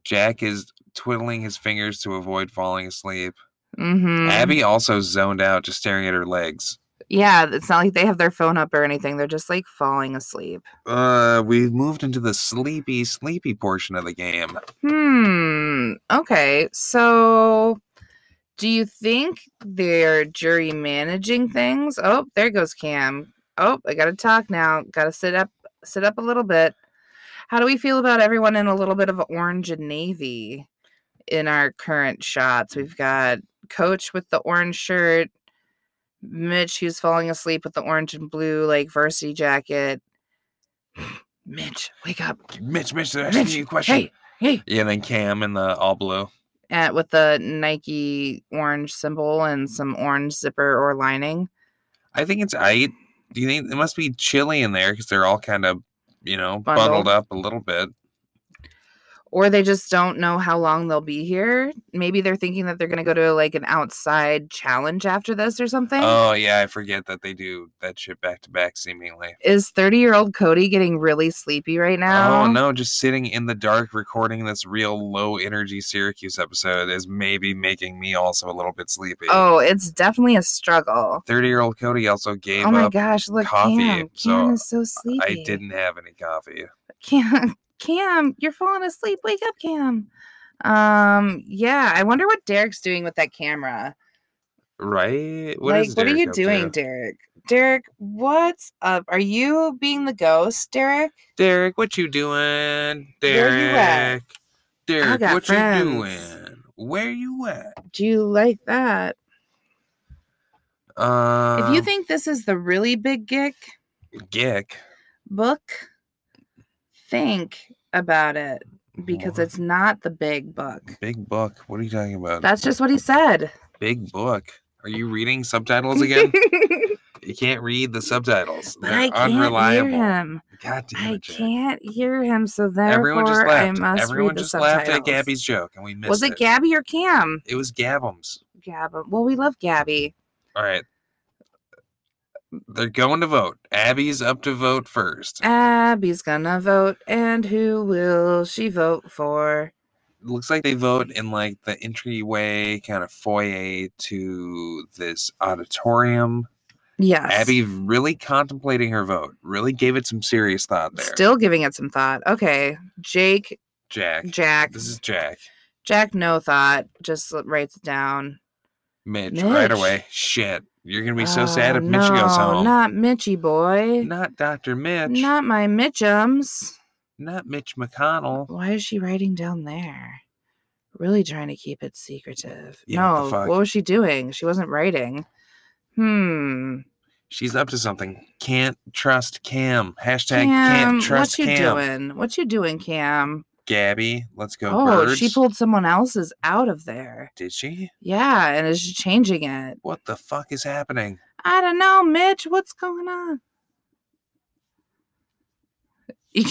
Speaker 1: Jack is twiddling his fingers to avoid falling asleep.
Speaker 2: mm-hmm
Speaker 1: Abby also zoned out, just staring at her legs.
Speaker 2: yeah it's not like they have their phone up or anything they're just like falling asleep
Speaker 1: Uh, we've moved into the sleepy, sleepy portion of the game.
Speaker 2: hmm okay so do you think they're jury managing things? Oh, there goes Cam. Oh, I gotta talk now. Gotta sit up, sit up a little bit. How do we feel about everyone in a little bit of orange and navy in our current shots? We've got Coach with the orange shirt, Mitch who's falling asleep with the orange and blue like varsity jacket. <sighs> Mitch, wake up!
Speaker 1: Mitch, Mitch, they're asking
Speaker 2: Mitch,
Speaker 1: you a question.
Speaker 2: hey, hey!
Speaker 1: Yeah, and then Cam in the all blue.
Speaker 2: at with the Nike orange symbol and some orange zipper or lining.
Speaker 1: I think it's I. Do you think it must be chilly in there because they're all kind of, you know, bundled
Speaker 2: Bundled.
Speaker 1: up a little bit?
Speaker 2: Or they just don't know how long they'll be here. Maybe they're thinking that they're going to go to like an outside challenge after this or something.
Speaker 1: Oh yeah, I forget that they do that shit back to back seemingly.
Speaker 2: Is 30 year old Cody getting really sleepy right now?
Speaker 1: Oh no, just sitting in the dark recording this real low energy Syracuse episode is maybe making me also a little bit sleepy.
Speaker 2: Oh, it's definitely a struggle.
Speaker 1: 30 year old Cody also gave
Speaker 2: Oh my
Speaker 1: up.
Speaker 2: gosh, look,
Speaker 1: coffee,
Speaker 2: Cam. Cam
Speaker 1: so
Speaker 2: is so sleepy.
Speaker 1: I didn't have any coffee.
Speaker 2: Cam, <laughs> Cam, you're falling asleep. Wake up, Cam. Um, yeah, I wonder what Derek's doing with that camera.
Speaker 1: Right?
Speaker 2: like,
Speaker 1: is
Speaker 2: what are
Speaker 1: Derek
Speaker 2: you
Speaker 1: up to?
Speaker 2: doing, Derek? Derek, what's up? Are you being the ghost, Derek?
Speaker 1: Derek, what you doing?
Speaker 2: Where you at?
Speaker 1: Derek. Derek,
Speaker 2: got
Speaker 1: what
Speaker 2: friends.
Speaker 1: you doing? Where you at?
Speaker 2: Do you like that?
Speaker 1: Uh,
Speaker 2: if you think this is the really big gick
Speaker 1: Gick.
Speaker 2: book, think about it because
Speaker 1: What?
Speaker 2: it's not the big book.
Speaker 1: Big book. What are you talking about?
Speaker 2: That's just what he said. <laughs>
Speaker 1: Big book. Are you reading subtitles again? You can't read the subtitles.
Speaker 2: But
Speaker 1: They're
Speaker 2: I can't
Speaker 1: unreliable.
Speaker 2: hear him.
Speaker 1: God damn
Speaker 2: I
Speaker 1: it, Jack.
Speaker 2: can't hear him. So therefore,
Speaker 1: Everyone just
Speaker 2: I
Speaker 1: laughed.
Speaker 2: must
Speaker 1: Everyone
Speaker 2: read the
Speaker 1: just
Speaker 2: subtitles.
Speaker 1: laughed at Gabby's joke, and we missed
Speaker 2: Was it Gabby or Cam?
Speaker 1: It was Gabums.
Speaker 2: Gab. Well, we love Gabby.
Speaker 1: All right. They're going to vote. Abby's up to vote first.
Speaker 2: Abby's gonna vote, and who will she vote for?
Speaker 1: Looks like they vote in like the entryway kind of foyer to this auditorium.
Speaker 2: Yes.
Speaker 1: Abby really contemplating her vote. Really gave it some serious thought there.
Speaker 2: Still giving it some thought. Okay. Jake,
Speaker 1: Jack.
Speaker 2: Jack.
Speaker 1: This is Jack.
Speaker 2: Jack, no thought. Just l- writes it down.
Speaker 1: Mitch, right
Speaker 2: Mitch.
Speaker 1: away. Shit. You're gonna be so
Speaker 2: Oh,
Speaker 1: sad if Mitch goes
Speaker 2: no,
Speaker 1: home.
Speaker 2: Not Mitchy boy.
Speaker 1: Not Dr. Mitch.
Speaker 2: Not my Mitchums.
Speaker 1: Not Mitch McConnell.
Speaker 2: Why is she writing down there? Really trying to keep it secretive.
Speaker 1: Yeah, what the
Speaker 2: no,
Speaker 1: fuck?
Speaker 2: what was she doing? She wasn't writing. Hmm.
Speaker 1: She's up to something. Can't trust Cam. Hashtag
Speaker 2: Cam,
Speaker 1: can't trust
Speaker 2: what you
Speaker 1: Cam.
Speaker 2: doing? What you doing, Cam?
Speaker 1: Gabby, let's go
Speaker 2: oh,
Speaker 1: birds.
Speaker 2: she pulled someone else's out of there.
Speaker 1: Did she?
Speaker 2: Yeah, and is she changing it?
Speaker 1: What the fuck is happening?
Speaker 2: I don't know, Mitch. What's going on? <laughs>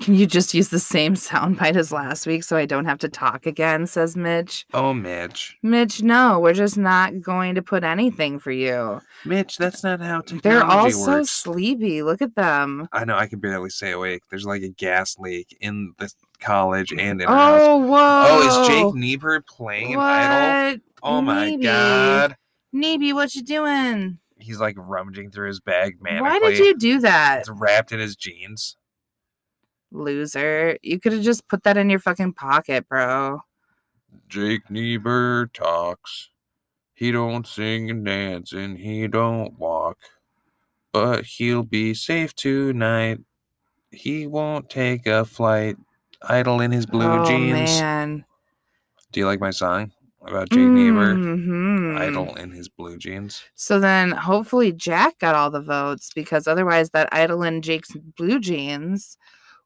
Speaker 2: Can you just use the same soundbite as last week so I don't have to talk again? Says Mitch.
Speaker 1: Oh, Mitch.
Speaker 2: Mitch, no, we're just not going to put anything for you.
Speaker 1: Mitch, that's not how technology
Speaker 2: They're all so
Speaker 1: works.
Speaker 2: sleepy. Look at them.
Speaker 1: I know I can barely stay awake. There's like a gas leak in the college and in our house.
Speaker 2: Oh, whoa.
Speaker 1: Oh, is Jake Niebuhr playing
Speaker 2: what?
Speaker 1: an idol? Oh my
Speaker 2: Maybe.
Speaker 1: god.
Speaker 2: Navy, what you doing?
Speaker 1: He's like rummaging through his bag manically.
Speaker 2: Why did you do that?
Speaker 1: It's wrapped in his jeans.
Speaker 2: Loser. You could have just put that in your fucking pocket, bro.
Speaker 1: Jake Niebuhr talks. He don't sing and dance and he don't walk. But he'll be safe tonight. He won't take a flight. Idle in his blue
Speaker 2: oh,
Speaker 1: jeans.
Speaker 2: Man.
Speaker 1: Do you like my song about Jake Niebuhr?
Speaker 2: Mhm.
Speaker 1: Idle in his blue jeans.
Speaker 2: So then hopefully Jack got all the votes because otherwise that idol in Jake's blue jeans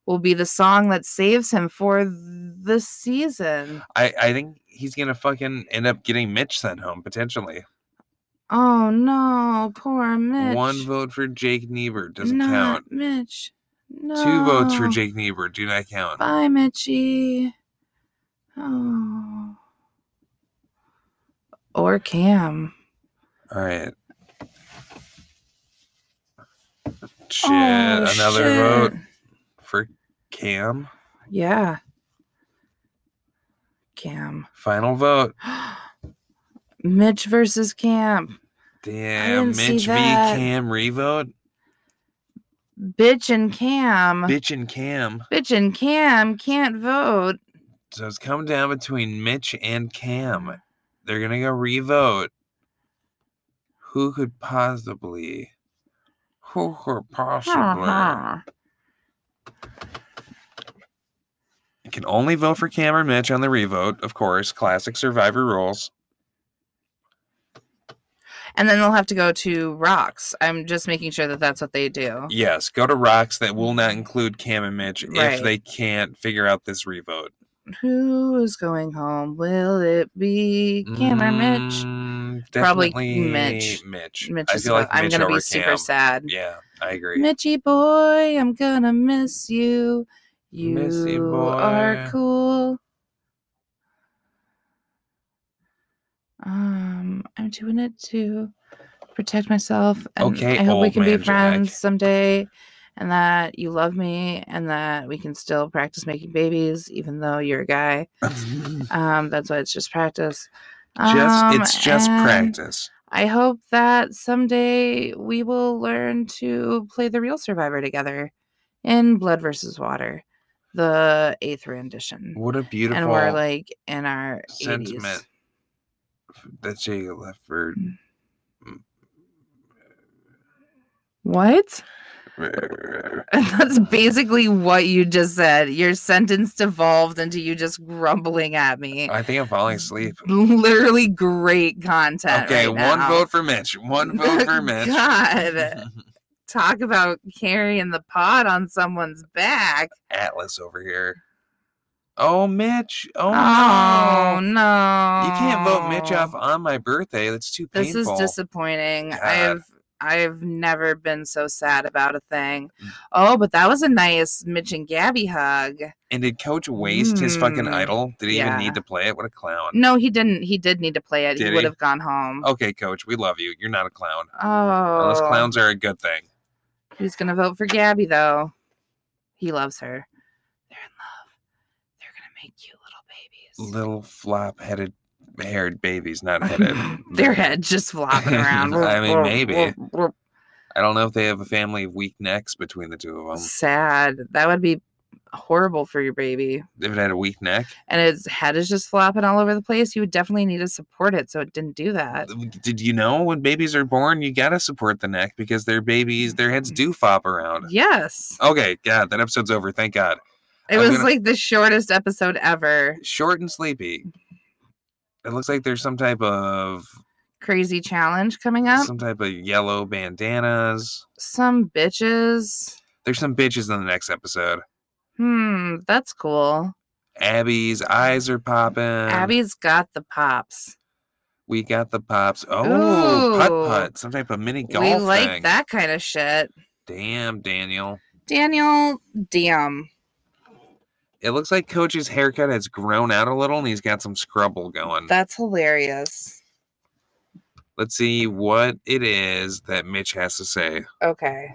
Speaker 2: will be the song that saves him for th- the season.
Speaker 1: I, I think he's gonna fucking end up getting Mitch sent home potentially.
Speaker 2: Oh no, poor Mitch.
Speaker 1: One vote for Jake Niebuhr doesn't
Speaker 2: Not
Speaker 1: count.
Speaker 2: Mitch. No.
Speaker 1: Two votes for Jake Niebuhr do not count.
Speaker 2: Bye, Mitchie. Oh. Or Cam.
Speaker 1: All right. Shit,
Speaker 2: Oh,
Speaker 1: another
Speaker 2: shit.
Speaker 1: vote for Cam.
Speaker 2: Yeah. Cam. <gasps>
Speaker 1: Final vote.
Speaker 2: Mitch versus Cam.
Speaker 1: Damn,
Speaker 2: didn't see
Speaker 1: Mitch v.
Speaker 2: that.
Speaker 1: Cam revote.
Speaker 2: Bitch and Cam.
Speaker 1: Bitch and Cam.
Speaker 2: Bitch and Cam can't vote.
Speaker 1: So it's come down between Mitch and
Speaker 2: Mm.
Speaker 1: Cam. They're gonna go revote. Who could possibly? Who could
Speaker 2: Uh-huh.
Speaker 1: possibly? You can only vote for Cam or Mitch on the revote, of course. Classic Survivor rules.
Speaker 2: And then they'll have to go to rocks. I'm just making sure that that's what they do.
Speaker 1: Yes, go to rocks that will not include Cam and Mitch if
Speaker 2: Right.
Speaker 1: they can't figure out this revote.
Speaker 2: Who's going home? Will it be Cam or Mitch?
Speaker 1: Mm,
Speaker 2: Probably
Speaker 1: definitely
Speaker 2: Mitch.
Speaker 1: Mitch.
Speaker 2: Mitch
Speaker 1: I
Speaker 2: is
Speaker 1: feel like
Speaker 2: go- I'm
Speaker 1: Mitch
Speaker 2: gonna
Speaker 1: over
Speaker 2: be super
Speaker 1: Cam.
Speaker 2: sad.
Speaker 1: Yeah, I agree.
Speaker 2: Mitchy boy, I'm gonna miss you. You
Speaker 1: Miss you, boy.
Speaker 2: are cool. Um, I'm doing it to protect myself. And
Speaker 1: Okay,
Speaker 2: I hope we
Speaker 1: old
Speaker 2: can
Speaker 1: man
Speaker 2: be
Speaker 1: Jack.
Speaker 2: friends someday. And that you love me, and that we can still practice making babies, even though you're a guy.
Speaker 1: <laughs> just
Speaker 2: Um, that's why it's just practice. Um,
Speaker 1: it's just
Speaker 2: and
Speaker 1: practice.
Speaker 2: I hope that someday we will learn to play the real survivor together in Blood versus Water, the eighth rendition.
Speaker 1: What a beautiful
Speaker 2: And we're like in our
Speaker 1: sentiment
Speaker 2: 80s.
Speaker 1: that Jacob left
Speaker 2: <laughs>
Speaker 1: for
Speaker 2: What? <laughs>
Speaker 1: <laughs>
Speaker 2: That's basically what you just said. Your sentence devolved into you just grumbling at me.
Speaker 1: I think I'm falling asleep.
Speaker 2: <laughs> Literally great content.
Speaker 1: Okay,
Speaker 2: right
Speaker 1: one
Speaker 2: now.
Speaker 1: vote for Mitch.
Speaker 2: <laughs>
Speaker 1: One vote for Mitch. <laughs>
Speaker 2: God. Talk about carrying the pot on someone's back.
Speaker 1: Atlas over here. Oh, Mitch. Oh, no.
Speaker 2: Oh no!
Speaker 1: You can't vote Mitch off on my birthday. That's too
Speaker 2: This
Speaker 1: painful.
Speaker 2: is disappointing.
Speaker 1: God.
Speaker 2: I've I've never been so sad about a thing.
Speaker 1: Mm.
Speaker 2: Oh, but that was a nice Mitch and Gabby hug.
Speaker 1: and did Coach waste his fucking
Speaker 2: Mm,
Speaker 1: idol? Did he
Speaker 2: yeah.
Speaker 1: even need to play it? What a clown.
Speaker 2: No, he didn't. He did need to play it.
Speaker 1: Did
Speaker 2: he would
Speaker 1: he?
Speaker 2: have gone home.
Speaker 1: Okay, Coach, we love you. You're not a clown.
Speaker 2: Mm. Oh,
Speaker 1: Unless clowns are a good thing.
Speaker 2: He's gonna vote for Gabby though. He loves her. They're in love. They're gonna make cute little babies.
Speaker 1: Little flop headed haired babies, not headed. <laughs>
Speaker 2: <laughs> Their head just flopping around.
Speaker 1: I mean,
Speaker 2: <laughs>
Speaker 1: maybe. I don't know if they have a family of weak necks between the two of them.
Speaker 2: Sad. That would be horrible for your baby.
Speaker 1: If it had a weak neck,
Speaker 2: And its head is just flopping all over the place. You would definitely need to support it, so it didn't do that.
Speaker 1: did you know when babies are born, you gotta support the neck because their babies, their heads do flop around.
Speaker 2: Yes,
Speaker 1: Okay, God, that episode's over. Thank God.
Speaker 2: it
Speaker 1: I'm
Speaker 2: was
Speaker 1: gonna-
Speaker 2: like the shortest episode ever.
Speaker 1: Short and sleepy. It looks like there's some type of
Speaker 2: Crazy challenge coming up.
Speaker 1: some type of yellow bandanas.
Speaker 2: Some bitches.
Speaker 1: There's some bitches in the next episode.
Speaker 2: Hmm, that's cool.
Speaker 1: Abby's eyes are popping.
Speaker 2: Abby's got the pops.
Speaker 1: we got the pops. Oh, putt
Speaker 2: Ooh.
Speaker 1: putt, some type of mini golf.
Speaker 2: We like
Speaker 1: thing.
Speaker 2: that kind of shit.
Speaker 1: Damn, Daniel.
Speaker 2: Daniel, damn.
Speaker 1: It looks like Coach's haircut has grown out a little and he's got some scrubble going.
Speaker 2: That's hilarious.
Speaker 1: Let's see what it is that Mitch has to say.
Speaker 2: Okay.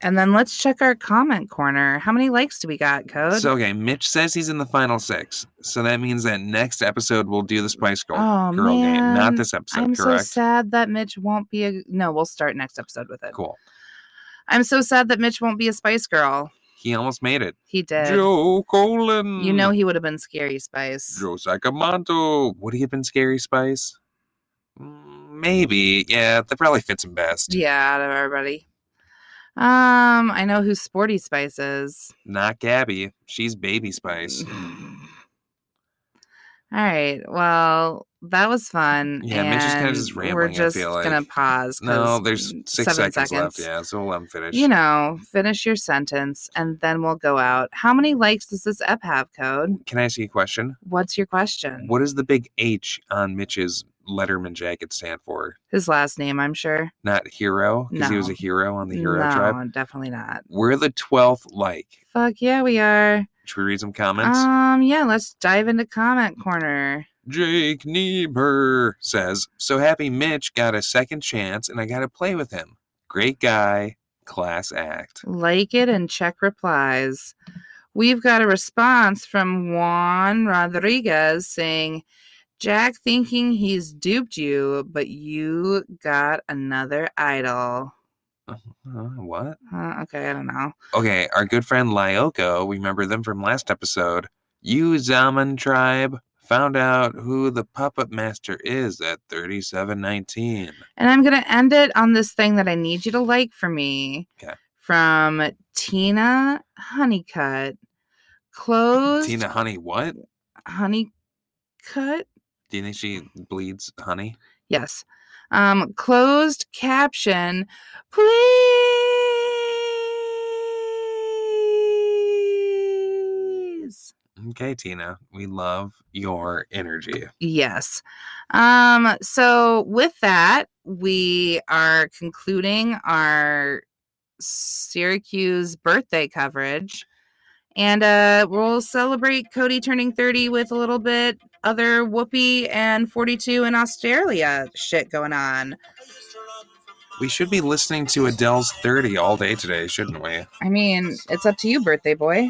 Speaker 2: And then let's check our comment corner. How many likes do we got, Code?
Speaker 1: So, okay, Mitch says he's in the final six. So that means that next episode we'll do the Spice Girl,
Speaker 2: Oh,
Speaker 1: Girl game, not
Speaker 2: man.
Speaker 1: this episode,
Speaker 2: I'm
Speaker 1: correct?
Speaker 2: so sad that Mitch won't be a. No, we'll start next episode with it.
Speaker 1: Cool.
Speaker 2: I'm so sad that Mitch won't be a Spice Girl.
Speaker 1: He almost made it.
Speaker 2: He did.
Speaker 1: Joe Colin.
Speaker 2: You know he would have been Scary Spice.
Speaker 1: Joe Sacamento. Would he have been Scary Spice? Mm, Maybe. Yeah, that probably fits him best.
Speaker 2: Yeah, out of everybody. Um, I know who Sporty Spice is.
Speaker 1: Not Gabby. She's Baby
Speaker 2: Mm,
Speaker 1: Spice.
Speaker 2: All right. Well, that was fun.
Speaker 1: Yeah, Mitch is kinda
Speaker 2: and
Speaker 1: just
Speaker 2: We're
Speaker 1: rambling, I
Speaker 2: just
Speaker 1: feel
Speaker 2: gonna
Speaker 1: like.
Speaker 2: pause. 'cause
Speaker 1: No, there's
Speaker 2: n-
Speaker 1: six
Speaker 2: seven
Speaker 1: seconds, left. Yeah, so we'll let him finish.
Speaker 2: You know, finish your sentence and then we'll go out. How many likes does this app have, Code?
Speaker 1: Can I ask you a question?
Speaker 2: What's your question?
Speaker 1: What does the big H on Mitch's Letterman jacket stand for?
Speaker 2: His last name, I'm sure.
Speaker 1: Not hero, because he was a
Speaker 2: No.
Speaker 1: hero on the Hero
Speaker 2: no,
Speaker 1: Tribe.
Speaker 2: definitely not.
Speaker 1: We're the twelfth like.
Speaker 2: Fuck yeah, we are.
Speaker 1: Should we read some comments?
Speaker 2: Um, yeah, let's dive into comment corner.
Speaker 1: Jake Niebuhr says, "So happy Mitch got a second chance, and I got to play with him. Great guy, class act."
Speaker 2: like it and check replies. We've got a response from Juan Rodriguez saying, Jack thinking he's duped you, but you got another idol.
Speaker 1: Uh, what?
Speaker 2: Uh, okay, I don't know.
Speaker 1: Okay, our good friend Lyoko, we remember them from last episode. You Zaman tribe found out who the puppet master is at 3719.
Speaker 2: And I'm going to end it on this thing that I need you to like for me
Speaker 1: Okay.
Speaker 2: from Tina Honeycutt. Closed
Speaker 1: Tina Honey, what?
Speaker 2: Honeycutt?
Speaker 1: Do you think she bleeds honey?
Speaker 2: Yes. Um, closed caption, please.
Speaker 1: Okay, Tina, we love your energy.
Speaker 2: Yes. Um, so with that, we are concluding our Syracuse birthday coverage. And uh, we'll celebrate Cody turning 30 with a little bit other Whoopi and 42 in Australia shit going on.
Speaker 1: We should be listening to Adele's 30 all day today, shouldn't we?
Speaker 2: I mean, it's up to you, birthday boy.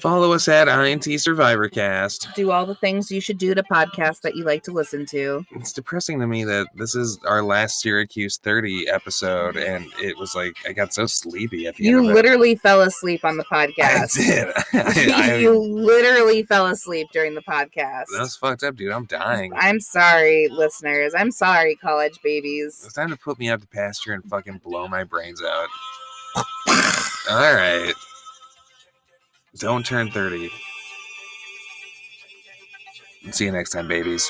Speaker 1: Follow us at INT Survivor Cast.
Speaker 2: Do all the things you should do to podcasts that you like to listen to.
Speaker 1: It's depressing to me that this is our last Syracuse 30 episode, and it was like I got so sleepy at the
Speaker 2: You
Speaker 1: end. of it.
Speaker 2: literally fell asleep on the
Speaker 1: <laughs> I
Speaker 2: podcast.
Speaker 1: did. <laughs> I, I,
Speaker 2: <laughs> you literally fell asleep during the podcast.
Speaker 1: that's fucked up, dude. I'm dying.
Speaker 2: I'm sorry, listeners. I'm sorry, college babies.
Speaker 1: It's time to put me out to pasture and fucking blow my brains out. All right. Don't turn 30. See you next time, babies.